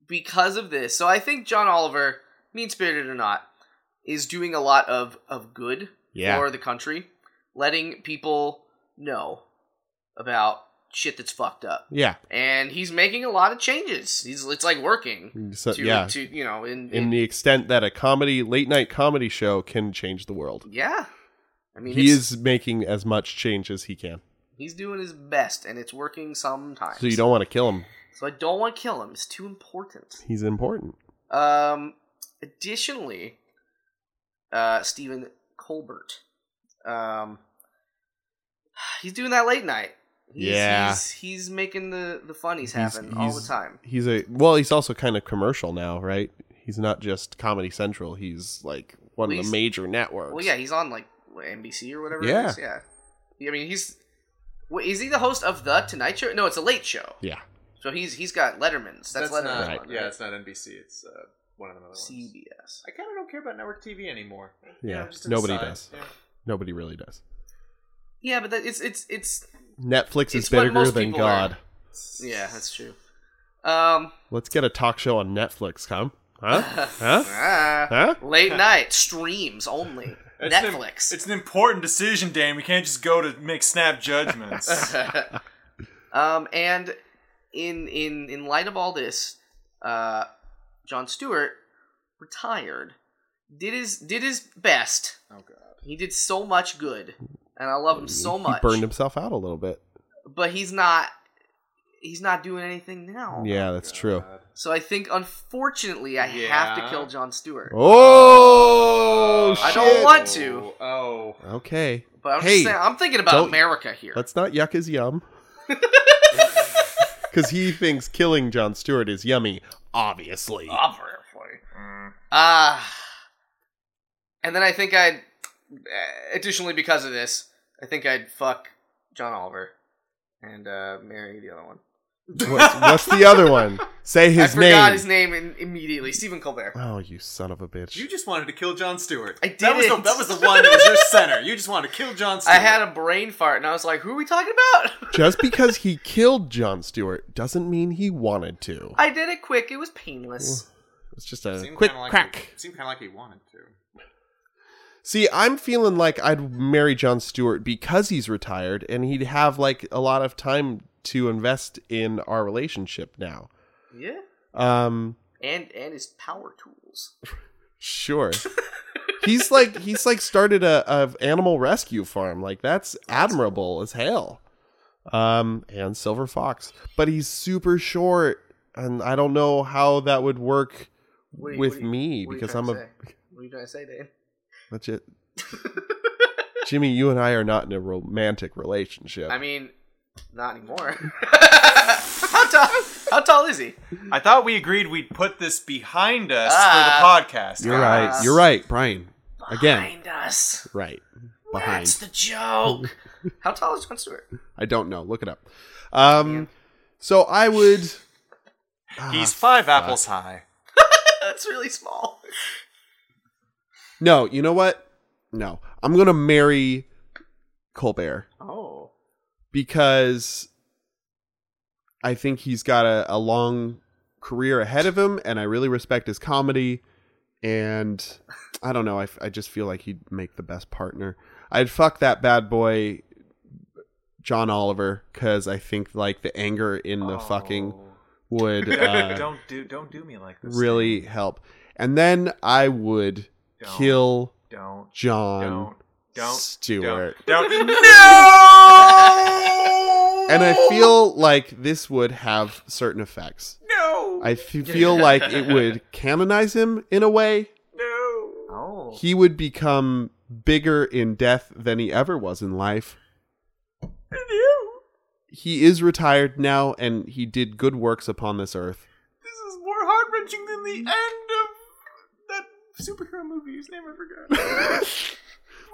[SPEAKER 1] because of this, so I think John Oliver, mean spirited or not, is doing a lot of of good
[SPEAKER 2] Yeah.
[SPEAKER 1] for the country, letting people know about shit that's fucked up.
[SPEAKER 2] Yeah.
[SPEAKER 1] and he's making a lot of changes. He's it's like working
[SPEAKER 2] So,
[SPEAKER 1] to
[SPEAKER 2] yeah.
[SPEAKER 1] to you know in,
[SPEAKER 2] in
[SPEAKER 1] in-
[SPEAKER 2] the extent that a comedy late night comedy show can change the world.
[SPEAKER 1] yeah. I mean
[SPEAKER 2] He
[SPEAKER 1] he's
[SPEAKER 2] is making as much change as he can.
[SPEAKER 1] he's doing his best and it's working sometimes.
[SPEAKER 2] So you don't want to kill him.
[SPEAKER 1] So I don't want to kill him. It's too important.
[SPEAKER 2] He's important.
[SPEAKER 1] Um, additionally, uh, Stephen Colbert, um, he's doing that late night. He's,
[SPEAKER 2] Yeah.
[SPEAKER 1] he's, he's making the the funnies
[SPEAKER 2] He's-
[SPEAKER 1] happen all the
[SPEAKER 2] he's-
[SPEAKER 1] time.
[SPEAKER 2] He's a well, he's also kind of commercial now, right? He's not just Comedy Central. He's like
[SPEAKER 1] Well,
[SPEAKER 2] one of the
[SPEAKER 1] he's-
[SPEAKER 2] major networks.
[SPEAKER 1] Well, yeah, he's on like what, NBC or whatever.
[SPEAKER 2] Yeah.
[SPEAKER 1] it is. yeah. I mean, he's. Wait, is he the host of the Tonight Show? No, it's a late show.
[SPEAKER 2] Yeah.
[SPEAKER 1] So he's he's got Letterman's. That's, Letterman's.
[SPEAKER 2] not-
[SPEAKER 1] one,
[SPEAKER 3] yeah,
[SPEAKER 1] right?
[SPEAKER 3] it's not NBC. It's uh, one of the other ones.
[SPEAKER 1] CBS.
[SPEAKER 3] I kind of don't care about network TV anymore.
[SPEAKER 2] Yeah,
[SPEAKER 3] I'm just
[SPEAKER 2] nobody
[SPEAKER 3] inside.
[SPEAKER 2] does. Nobody really does.
[SPEAKER 1] Yeah, but that, it's it's it's
[SPEAKER 2] Netflix is
[SPEAKER 1] It's what
[SPEAKER 2] bigger
[SPEAKER 1] most
[SPEAKER 2] than
[SPEAKER 1] people are.
[SPEAKER 2] God.
[SPEAKER 1] yeah, that's true. Um,
[SPEAKER 2] Let's get a talk show on Netflix, come? Huh? huh?
[SPEAKER 1] ah,
[SPEAKER 2] Huh?
[SPEAKER 1] late night streams only.
[SPEAKER 3] It's an-
[SPEAKER 1] Netflix.
[SPEAKER 3] it's an important decision, Dan. We can't just go to make snap judgments.
[SPEAKER 1] um, and in in in light of all this, uh, John Stewart retired. Did his did his best.
[SPEAKER 3] oh god.
[SPEAKER 1] He did so much good, and I love him so much.
[SPEAKER 2] He burned himself out a little bit.
[SPEAKER 1] But he's not he's not doing anything now.
[SPEAKER 2] yeah, that's true.
[SPEAKER 1] So I think unfortunately I have to
[SPEAKER 3] Yeah.
[SPEAKER 1] kill John Stewart.
[SPEAKER 2] Oh,
[SPEAKER 1] I
[SPEAKER 2] shit.
[SPEAKER 1] don't want to.
[SPEAKER 3] Oh.
[SPEAKER 2] Okay.
[SPEAKER 1] But I'm
[SPEAKER 2] Hey,
[SPEAKER 1] just saying, I'm thinking about
[SPEAKER 2] don't-
[SPEAKER 1] America here.
[SPEAKER 2] Let's not yuck his yum. Because he thinks killing John Stewart is yummy, obviously.
[SPEAKER 1] Obviously.
[SPEAKER 3] Mm.
[SPEAKER 1] Ah. and then I think I'd uh, additionally because of this, I think I'd fuck John Oliver and uh, marry the other one.
[SPEAKER 2] what's, what's the other one? Say his
[SPEAKER 1] I forgot
[SPEAKER 2] name.
[SPEAKER 1] his name in, immediately. Stephen Colbert.
[SPEAKER 2] Oh, you son of a bitch.
[SPEAKER 3] You just wanted to kill John Stewart.
[SPEAKER 1] I
[SPEAKER 3] That was the,
[SPEAKER 1] didn't.
[SPEAKER 3] that was the one that was your center. You just wanted to kill John Stewart.
[SPEAKER 1] I had a brain fart and I was like, who are we talking about?
[SPEAKER 2] Just because he killed John Stewart doesn't mean he wanted to.
[SPEAKER 1] I did it quick. It was painless.
[SPEAKER 2] It's just a
[SPEAKER 3] Seemed
[SPEAKER 2] quick
[SPEAKER 3] kinda like
[SPEAKER 2] crack.
[SPEAKER 3] He, seemed kind of like he wanted to.
[SPEAKER 2] See, I'm feeling like I'd marry John Stewart because he's retired and he'd have like a lot of time to invest in our relationship now.
[SPEAKER 1] Yeah.
[SPEAKER 2] Um
[SPEAKER 1] And and his power tools.
[SPEAKER 2] Sure. he's like he's like started a, a animal rescue farm. Like that's admirable as hell. Um and Silver Fox. But he's super short and I don't know how that would work
[SPEAKER 1] What are you-
[SPEAKER 2] with
[SPEAKER 1] what are you-
[SPEAKER 2] me
[SPEAKER 1] what are you
[SPEAKER 2] because
[SPEAKER 1] trying
[SPEAKER 2] I'm
[SPEAKER 1] to
[SPEAKER 2] a
[SPEAKER 1] say? What are you trying to say, Dan?
[SPEAKER 2] legit Jimmy, you and I are not in a romantic relationship.
[SPEAKER 1] I mean, not anymore. how tall? How tall is he?
[SPEAKER 3] I thought we agreed we'd put this behind us
[SPEAKER 1] Ah.
[SPEAKER 3] for the podcast.
[SPEAKER 2] you're
[SPEAKER 1] Ah.
[SPEAKER 2] right. You're right, Brian. Again,
[SPEAKER 1] Behind us.
[SPEAKER 2] right.
[SPEAKER 1] That's
[SPEAKER 2] Behind.
[SPEAKER 1] the joke. how tall is John Stewart?
[SPEAKER 2] I don't know. Look it up. Um so I would Ah.
[SPEAKER 3] He's five apples high.
[SPEAKER 1] That's really small.
[SPEAKER 2] No, you know what? No, I'm gonna marry Colbert
[SPEAKER 1] Oh.
[SPEAKER 2] because I think he's got a, a long career ahead of him, and I really respect his comedy. And I don't know, I, f- I just feel like he'd make the best partner. I'd fuck that bad boy, John Oliver, because I think like the anger in the fucking
[SPEAKER 3] Oh.
[SPEAKER 2] would uh,
[SPEAKER 3] don't do don't do me like this.
[SPEAKER 2] really help. And then I would
[SPEAKER 3] Don't.
[SPEAKER 2] kill
[SPEAKER 3] Don't.
[SPEAKER 2] John
[SPEAKER 3] Don't. Don't.
[SPEAKER 2] Stewart.
[SPEAKER 3] Don't. don't.
[SPEAKER 5] No!
[SPEAKER 2] And I feel like this would have certain effects.
[SPEAKER 5] No!
[SPEAKER 2] I f- feel like it would canonize him in a way.
[SPEAKER 5] No!
[SPEAKER 3] Oh.
[SPEAKER 2] He would become bigger in death than he ever was in life.
[SPEAKER 5] No!
[SPEAKER 2] He is retired now, and he did good works upon this earth.
[SPEAKER 5] This is more heart wrenching than the end of that superhero movie whose name I forgot.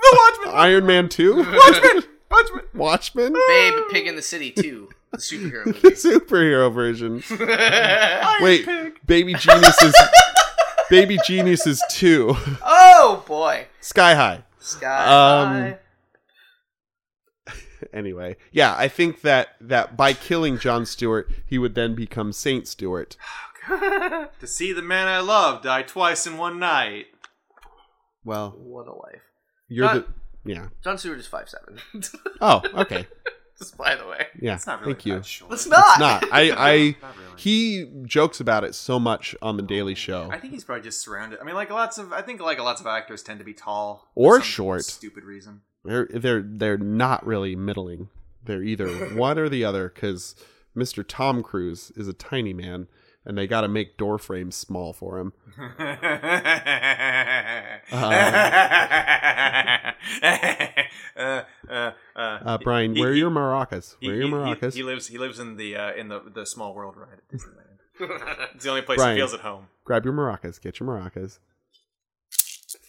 [SPEAKER 5] the Watchmen!
[SPEAKER 2] Iron Man 2?
[SPEAKER 5] Watchmen! Watchmen!
[SPEAKER 2] Watchmen?
[SPEAKER 1] Babe, Pig in the City too. The superhero
[SPEAKER 2] The
[SPEAKER 1] movie.
[SPEAKER 2] superhero version.
[SPEAKER 5] Iron
[SPEAKER 2] Wait,
[SPEAKER 5] Pig!
[SPEAKER 2] Baby Geniuses. Baby Geniuses 2.
[SPEAKER 1] Oh boy,
[SPEAKER 2] Sky High.
[SPEAKER 1] Sky.
[SPEAKER 2] Um, anyway yeah i think that that by killing john stewart he would then become saint stewart
[SPEAKER 3] To see the man I love die twice in one night.
[SPEAKER 2] well
[SPEAKER 1] what a life.
[SPEAKER 2] you're
[SPEAKER 1] Uh,
[SPEAKER 2] the yeah
[SPEAKER 1] John Stewart is five seven.
[SPEAKER 2] oh okay
[SPEAKER 1] Just by the way,
[SPEAKER 2] yeah
[SPEAKER 3] It's not really
[SPEAKER 2] thank you
[SPEAKER 3] that short.
[SPEAKER 1] it's not.
[SPEAKER 2] it's not i i
[SPEAKER 3] Not really.
[SPEAKER 2] he jokes about it so much on the daily show
[SPEAKER 3] I think he's probably just surrounded. I mean, like lots of. I think like lots of actors tend to be tall
[SPEAKER 2] Or
[SPEAKER 3] for some
[SPEAKER 2] short.
[SPEAKER 3] Stupid reason.
[SPEAKER 2] they're they're they're not really middling they're either one or the other because mr tom cruise is a tiny man and they got to make door frames small for him
[SPEAKER 3] uh, uh,
[SPEAKER 2] uh brian
[SPEAKER 3] He-
[SPEAKER 2] where are
[SPEAKER 3] he-
[SPEAKER 2] your maracas
[SPEAKER 3] he-
[SPEAKER 2] where are your
[SPEAKER 3] he- he-
[SPEAKER 2] maracas
[SPEAKER 3] He lives. He lives in the uh, in the the small world ride at Disneyland. it's the only place
[SPEAKER 2] Brian.
[SPEAKER 3] he feels at home.
[SPEAKER 2] grab your maracas get your maracas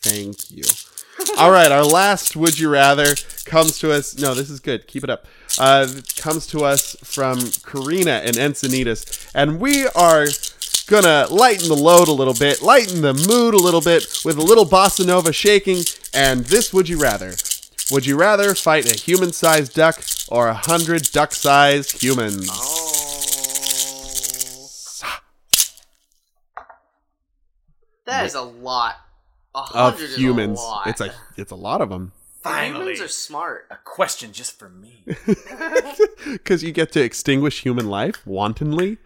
[SPEAKER 2] thank you all right our last would you rather comes to us no this is good keep it up uh, comes to us from karina and encinitas and we are gonna lighten the load a little bit lighten the mood a little bit with a little bossa nova shaking and this would you rather would you rather fight a human-sized duck or a hundred duck-sized humans
[SPEAKER 1] Oh. That is a lot. A
[SPEAKER 2] of
[SPEAKER 1] hundred is
[SPEAKER 2] humans
[SPEAKER 1] A lot.
[SPEAKER 2] it's a it's a lot of them
[SPEAKER 3] Finally,
[SPEAKER 1] humans are smart.
[SPEAKER 3] a question just for me.
[SPEAKER 2] Because you get to extinguish human life wantonly.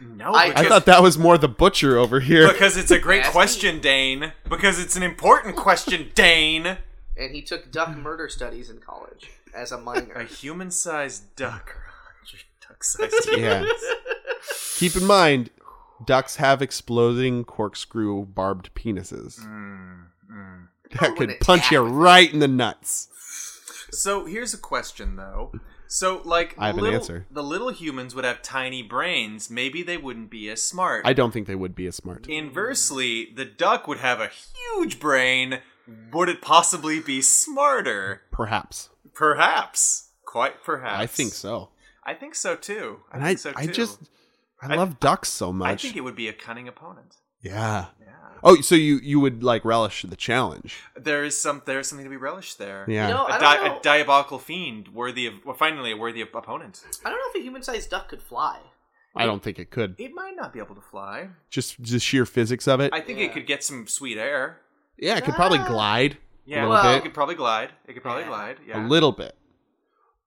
[SPEAKER 3] No,
[SPEAKER 1] I-
[SPEAKER 2] I
[SPEAKER 3] because,
[SPEAKER 2] thought that was more the butcher over here.
[SPEAKER 3] because it's a great
[SPEAKER 1] Nasty.
[SPEAKER 3] question, Dane. Because it's an important question, Dane.
[SPEAKER 1] And he took duck murder studies in college as a
[SPEAKER 3] A
[SPEAKER 1] minor.
[SPEAKER 3] human-sized duck or a hundred duck-sized
[SPEAKER 2] Yeah. Keep in mind, ducks have exploding corkscrew barbed penises that could
[SPEAKER 1] wouldn't
[SPEAKER 2] punch you
[SPEAKER 1] act.
[SPEAKER 2] right in the nuts.
[SPEAKER 3] So here's a question though. So like
[SPEAKER 2] I have an
[SPEAKER 3] little,
[SPEAKER 2] answer.
[SPEAKER 3] The little humans would have tiny brains. Maybe they wouldn't be as smart.
[SPEAKER 2] I don't think they would be as smart.
[SPEAKER 3] Inversely, the duck would have a huge brain. Would it possibly be smarter?
[SPEAKER 2] Perhaps.
[SPEAKER 3] Perhaps. Quite perhaps.
[SPEAKER 2] I think so.
[SPEAKER 3] I think so too. I
[SPEAKER 2] And I,
[SPEAKER 3] think so too.
[SPEAKER 2] I just, I
[SPEAKER 3] I-
[SPEAKER 2] love ducks so
[SPEAKER 3] I
[SPEAKER 2] much.
[SPEAKER 3] think it would be a cunning opponent.
[SPEAKER 2] yeah.
[SPEAKER 3] Yeah.
[SPEAKER 2] Oh, so you you would like relish the challenge?
[SPEAKER 3] There is some there is something to be relished there.
[SPEAKER 2] Yeah.
[SPEAKER 1] You know,
[SPEAKER 3] A,
[SPEAKER 1] I
[SPEAKER 3] di-
[SPEAKER 1] don't know,
[SPEAKER 3] a diabolical fiend worthy of well, finally a worthy opponent.
[SPEAKER 1] I don't know if a human-sized duck could fly.
[SPEAKER 2] I don't think it could.
[SPEAKER 3] It might not be able to fly.
[SPEAKER 2] Just the sheer physics of it.
[SPEAKER 3] I think
[SPEAKER 1] Yeah.
[SPEAKER 3] it could get some sweet air.
[SPEAKER 2] yeah, it could probably glide.
[SPEAKER 3] Yeah,
[SPEAKER 2] A little
[SPEAKER 1] Well-
[SPEAKER 2] bit.
[SPEAKER 3] it could probably glide. It could probably
[SPEAKER 1] Yeah.
[SPEAKER 3] glide.
[SPEAKER 2] a
[SPEAKER 3] Yeah.
[SPEAKER 2] little bit.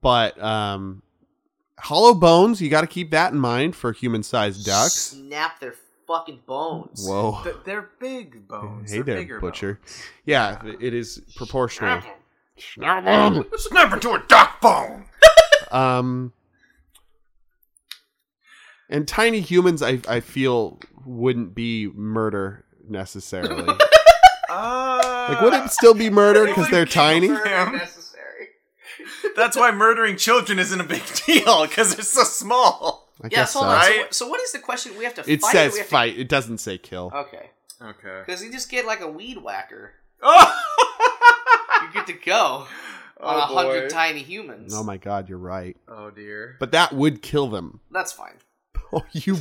[SPEAKER 2] But um hollow bones, you got to keep that in mind for human-sized ducks.
[SPEAKER 1] Snap their fucking bones.
[SPEAKER 2] Whoa.
[SPEAKER 3] Th- they're big bones.
[SPEAKER 2] Hey
[SPEAKER 3] They're
[SPEAKER 2] there,
[SPEAKER 3] bigger
[SPEAKER 2] butcher.
[SPEAKER 3] bones.
[SPEAKER 2] Yeah, it is proportional.
[SPEAKER 3] Snap into a duck bone.
[SPEAKER 2] Um and tiny humans I I feel wouldn't be murder necessarily. like
[SPEAKER 3] Uh,
[SPEAKER 2] would it still be murder
[SPEAKER 3] It
[SPEAKER 2] cuz
[SPEAKER 3] would
[SPEAKER 2] they're
[SPEAKER 3] kill
[SPEAKER 2] tiny?
[SPEAKER 3] her. Yeah.
[SPEAKER 1] Necessary.
[SPEAKER 3] That's why murdering children isn't a big deal because they're so small.
[SPEAKER 2] I
[SPEAKER 1] yes,
[SPEAKER 2] guess
[SPEAKER 1] hold
[SPEAKER 2] so.
[SPEAKER 1] on. So,
[SPEAKER 3] Right?
[SPEAKER 1] so what is the question? We have to
[SPEAKER 2] It
[SPEAKER 1] fight. or
[SPEAKER 2] says
[SPEAKER 1] we have to-
[SPEAKER 2] fight. It doesn't say kill.
[SPEAKER 1] Okay,
[SPEAKER 3] Okay.
[SPEAKER 1] because you just get like a weed whacker.
[SPEAKER 3] Oh,
[SPEAKER 1] You get to go on a hundred tiny humans.
[SPEAKER 2] Oh my god, you're right.
[SPEAKER 3] Oh dear.
[SPEAKER 2] But that would kill them.
[SPEAKER 1] That's fine.
[SPEAKER 2] Oh, you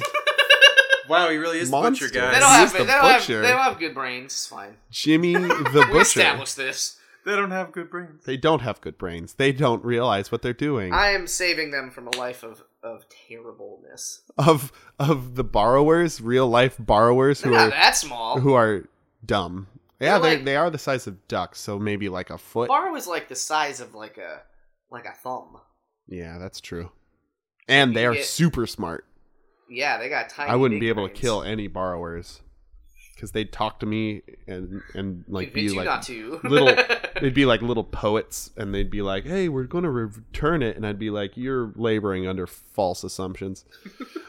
[SPEAKER 3] Wow, he really is
[SPEAKER 2] Monster.
[SPEAKER 3] butcher guy.
[SPEAKER 1] They
[SPEAKER 2] They
[SPEAKER 1] don't
[SPEAKER 2] He's
[SPEAKER 1] have.
[SPEAKER 2] the
[SPEAKER 1] They don't have,
[SPEAKER 2] butcher.
[SPEAKER 1] they don't have good brains. It's fine.
[SPEAKER 2] Jimmy the
[SPEAKER 1] We
[SPEAKER 2] Butcher.
[SPEAKER 1] established this.
[SPEAKER 3] they don't have good brains.
[SPEAKER 2] They don't have good brains. They don't realize what they're doing.
[SPEAKER 1] I am saving them from a life of of terribleness.
[SPEAKER 2] of of the borrowers, real life borrowers
[SPEAKER 1] They're
[SPEAKER 2] who
[SPEAKER 1] not
[SPEAKER 2] are
[SPEAKER 1] that small.
[SPEAKER 2] who are dumb. Yeah,
[SPEAKER 1] They're
[SPEAKER 2] they
[SPEAKER 1] like-
[SPEAKER 2] they are the size of ducks, so maybe like a foot.
[SPEAKER 1] Bar was like the size of like a like a thumb.
[SPEAKER 2] yeah, that's true. And they are
[SPEAKER 1] Yeah.
[SPEAKER 2] super smart.
[SPEAKER 1] Yeah, they got tiny.
[SPEAKER 2] I wouldn't
[SPEAKER 1] big
[SPEAKER 2] be able
[SPEAKER 1] brains.
[SPEAKER 2] to kill any borrowers because they'd talk to me and and
[SPEAKER 1] Convince
[SPEAKER 2] like be
[SPEAKER 1] you
[SPEAKER 2] like
[SPEAKER 1] not to.
[SPEAKER 2] little they'd be like little poets and they'd be like hey we're going to return it and i'd be like you're laboring under false assumptions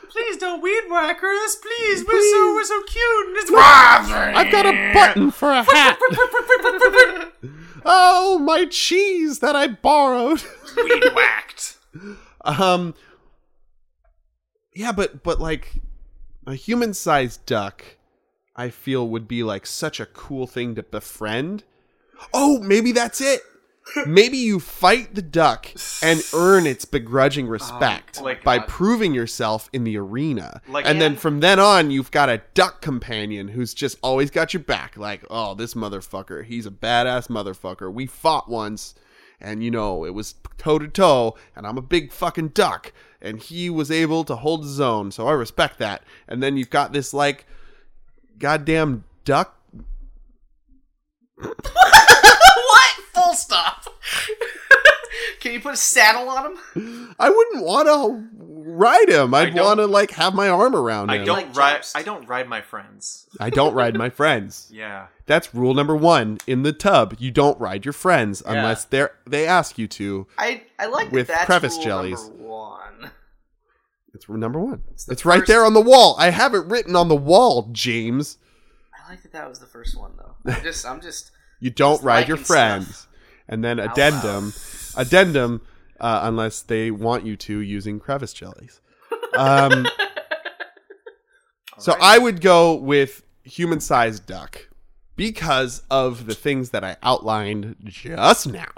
[SPEAKER 6] Please don't weed whack us, please. We're so
[SPEAKER 2] Please.
[SPEAKER 6] we're so cute. And it's
[SPEAKER 2] i've got a button for a hat oh my cheese that i borrowed
[SPEAKER 3] Weed whacked.
[SPEAKER 2] um yeah but but like a human-sized duck i feel would be like such a cool thing to befriend oh maybe that's it maybe you fight the duck and earn its begrudging respect
[SPEAKER 3] Oh my God.
[SPEAKER 2] by proving yourself in the arena
[SPEAKER 3] Like-
[SPEAKER 2] and then from then on you've got a duck companion who's just always got your back like oh this motherfucker he's a badass motherfucker we fought once and you know it was toe to toe and i'm a big fucking duck and he was able to hold his own so i respect that and then you've got this like goddamn duck
[SPEAKER 1] what? Full stop. Can you put a saddle on him?
[SPEAKER 2] i wouldn't want to ride him i'd
[SPEAKER 3] don't-
[SPEAKER 2] want to like have my arm around
[SPEAKER 3] I
[SPEAKER 2] him
[SPEAKER 3] don't
[SPEAKER 1] Like
[SPEAKER 3] ride.
[SPEAKER 1] James.
[SPEAKER 3] I don't ride my friends.
[SPEAKER 2] I don't ride my friends
[SPEAKER 3] Yeah.
[SPEAKER 2] that's rule number one in the tub you don't ride your friends
[SPEAKER 3] Yeah.
[SPEAKER 2] unless they're they ask you to
[SPEAKER 1] I I like
[SPEAKER 2] With
[SPEAKER 1] that that's
[SPEAKER 2] crevice
[SPEAKER 1] rule
[SPEAKER 2] jellies.
[SPEAKER 1] Number one.
[SPEAKER 2] it's rule number one it's,
[SPEAKER 1] the
[SPEAKER 2] right
[SPEAKER 1] first-
[SPEAKER 2] there on the wall i have it written on the wall james
[SPEAKER 1] I like that that was the first one though. I'm just I'm just
[SPEAKER 2] You don't
[SPEAKER 1] Just
[SPEAKER 2] ride your
[SPEAKER 1] liking
[SPEAKER 2] friends. And then
[SPEAKER 1] loud.
[SPEAKER 2] addendum, addendum, uh, unless they want you to using crevice jellies. Um, so I would go with human sized duck because of the things that I outlined just now.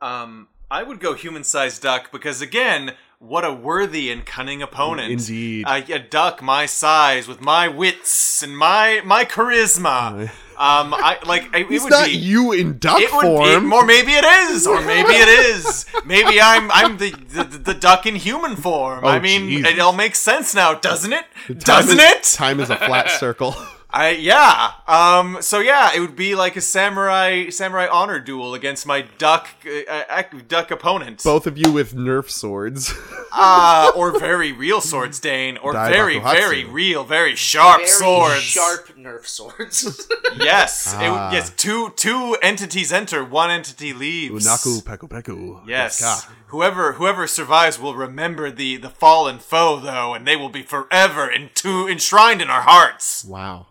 [SPEAKER 3] Um, I would go human-sized duck because again, what a worthy and cunning opponent.
[SPEAKER 2] Indeed.
[SPEAKER 3] A, a duck my size with my wits and my my charisma. Um, I like I, it
[SPEAKER 2] It's
[SPEAKER 3] would
[SPEAKER 2] not
[SPEAKER 3] be.
[SPEAKER 2] you in duck
[SPEAKER 3] it would be
[SPEAKER 2] form.
[SPEAKER 3] more. Maybe it is, or maybe it is. Maybe I'm I'm the the, the duck in human form.
[SPEAKER 2] Oh,
[SPEAKER 3] I mean,
[SPEAKER 2] Jesus.
[SPEAKER 3] it all makes sense now, doesn't it?
[SPEAKER 2] Time
[SPEAKER 3] Doesn't
[SPEAKER 2] is-
[SPEAKER 3] it?
[SPEAKER 2] Time is a flat circle.
[SPEAKER 3] I yeah. Um. So yeah, it would be like a samurai samurai honor duel against my duck uh, uh, duck opponent.
[SPEAKER 2] Both of you with Nerf swords.
[SPEAKER 3] Uh, or very real swords, Dane, or
[SPEAKER 2] Daibakuhatsu.
[SPEAKER 3] very very real, very sharp
[SPEAKER 1] very
[SPEAKER 3] swords.
[SPEAKER 1] sharp nerf swords.
[SPEAKER 3] Yes. It
[SPEAKER 2] Ah.
[SPEAKER 3] would, yes. Two two entities enter. One entity leaves.
[SPEAKER 2] Unaku peku peku.
[SPEAKER 3] Yes.
[SPEAKER 2] Deska.
[SPEAKER 3] Whoever whoever survives will remember the the fallen foe though, and they will be forever into enshrined in our hearts.
[SPEAKER 2] Wow.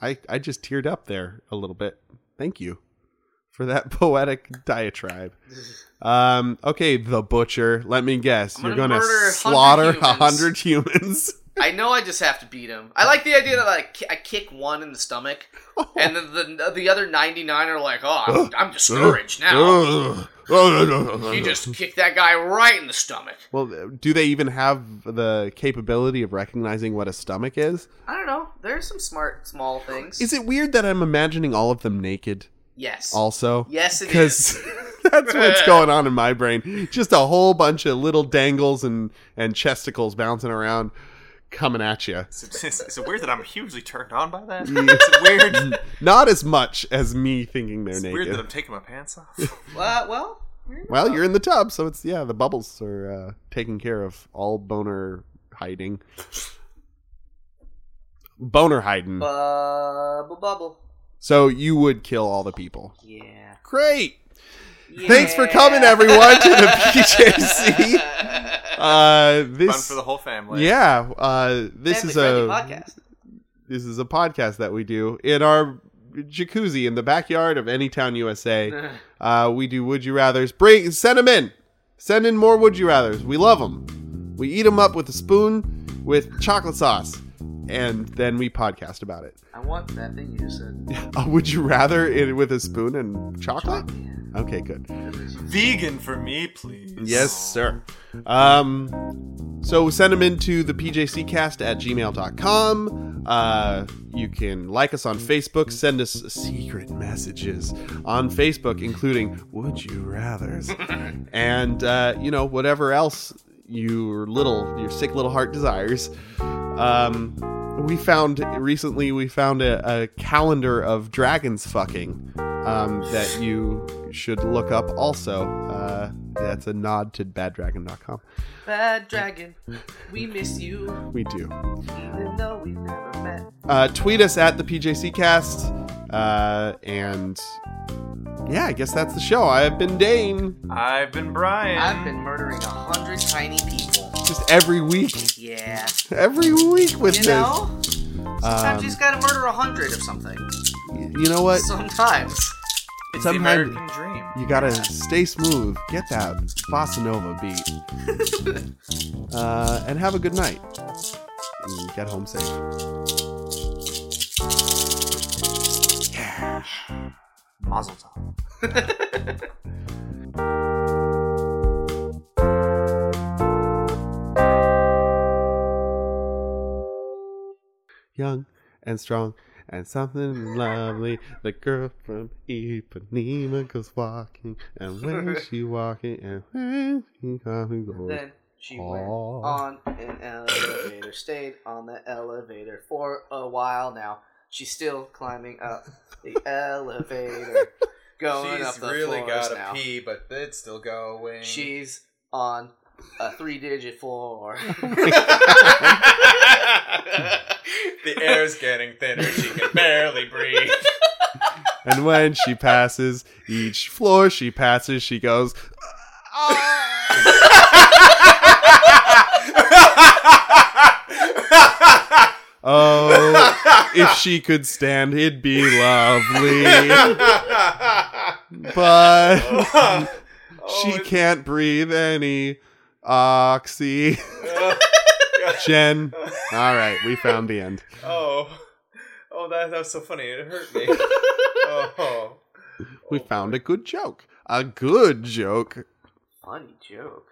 [SPEAKER 2] I, I just teared up there a little bit. Thank you for that poetic diatribe. Um, okay, the butcher. Let me guess.
[SPEAKER 1] gonna
[SPEAKER 2] You're going to
[SPEAKER 1] murder a hundred
[SPEAKER 2] slaughter a
[SPEAKER 1] humans.
[SPEAKER 2] hundred humans.
[SPEAKER 1] I know I just have to beat him. I like the idea that like ki- I kick one in the stomach, and then the the other ninety nine are like, oh, I'm, I'm discouraged now. You just kick that guy right in the stomach.
[SPEAKER 2] well, do they even have the capability of recognizing what a stomach is?
[SPEAKER 1] I don't know. There's some smart small things.
[SPEAKER 2] Is it weird that I'm imagining all of them naked
[SPEAKER 1] yes.
[SPEAKER 2] also?
[SPEAKER 1] Yes, it
[SPEAKER 2] because that's what's going on in my brain. Just a whole bunch of little dangles and and chesticles bouncing around, coming at you.
[SPEAKER 3] Is is it weird that I'm hugely turned on by that?
[SPEAKER 2] Mm.
[SPEAKER 3] It's weird.
[SPEAKER 2] Not as much as me thinking they're
[SPEAKER 3] It's
[SPEAKER 2] naked.
[SPEAKER 3] weird that I'm taking my pants off.
[SPEAKER 1] Uh, well,
[SPEAKER 2] well, you're in the tub, so it's yeah. The bubbles are uh, taking care of all boner hiding. Boner hiding.
[SPEAKER 3] Uh,
[SPEAKER 1] bubble bubble.
[SPEAKER 2] So you would kill all the people.
[SPEAKER 1] Yeah.
[SPEAKER 2] Great.
[SPEAKER 1] Yeah.
[SPEAKER 2] Thanks for coming, everyone, to the PJC. Uh, this
[SPEAKER 3] Fun for the whole family.
[SPEAKER 2] yeah. Uh, this is a
[SPEAKER 1] Family-friendly podcast.
[SPEAKER 2] this is a podcast that we do in our jacuzzi in the backyard of any town USA. uh, we do would you rather's. Bring send them in. Send in more would you rather's. We love them. We eat them up with a spoon with chocolate sauce, and then we podcast about it.
[SPEAKER 1] I want that thing you just said.
[SPEAKER 2] Uh, would you rather it with a spoon and chocolate? Okay, good.
[SPEAKER 3] Vegan for me, please.
[SPEAKER 2] Yes, sir. Um, So send them into the PJCcast at gmail.com. Uh, you can like us on Facebook, send us secret messages on Facebook, including Would You Rathers, and, uh, you know, whatever else your little, your sick little heart desires. Um, we found recently, we found a, a calendar of dragons fucking um, that you should look up also. Uh, that's a nod to baddragon.com.
[SPEAKER 1] Bad dragon, we miss you,
[SPEAKER 2] We do.
[SPEAKER 1] even though we never met.
[SPEAKER 2] Uh, tweet us at the PJC cast. Uh, and yeah, I guess that's the show. I have been Dane.
[SPEAKER 4] I've been Brian.
[SPEAKER 1] I've been murdering a hundred tiny people.
[SPEAKER 2] Just every week.
[SPEAKER 1] Yeah,
[SPEAKER 2] Every week with
[SPEAKER 1] you
[SPEAKER 2] this.
[SPEAKER 1] know, sometimes
[SPEAKER 2] Um,
[SPEAKER 1] you just gotta murder a hundred of something.
[SPEAKER 2] You know what?
[SPEAKER 1] Sometimes.
[SPEAKER 4] It's
[SPEAKER 2] sometime-
[SPEAKER 4] the American dream.
[SPEAKER 2] You gotta stay smooth. Get that bossa nova beat. uh, and have a good night. And get home safe.
[SPEAKER 4] Mazel tov.
[SPEAKER 2] young and strong and something lovely. The girl from Ipanema goes walking, and when she walking, and when she walking, goes.
[SPEAKER 1] Then she went
[SPEAKER 2] Aw.
[SPEAKER 1] on an elevator, stayed on the elevator for a while now. She's still climbing up the elevator, going up the floors now.
[SPEAKER 4] pee, but it's still going.
[SPEAKER 1] She's on a three-digit floor.
[SPEAKER 4] the air's getting thinner. She can barely breathe.
[SPEAKER 2] And when she passes each floor, she passes. She goes. Oh, if she could stand, it'd be lovely. But
[SPEAKER 4] Oh,
[SPEAKER 3] Oh,
[SPEAKER 2] she can't breathe any oxy. Jen, all right, we found the end.
[SPEAKER 4] Oh, oh, that, that was so funny. It hurt me. oh.
[SPEAKER 2] We found a good joke. A good joke.
[SPEAKER 1] Funny joke.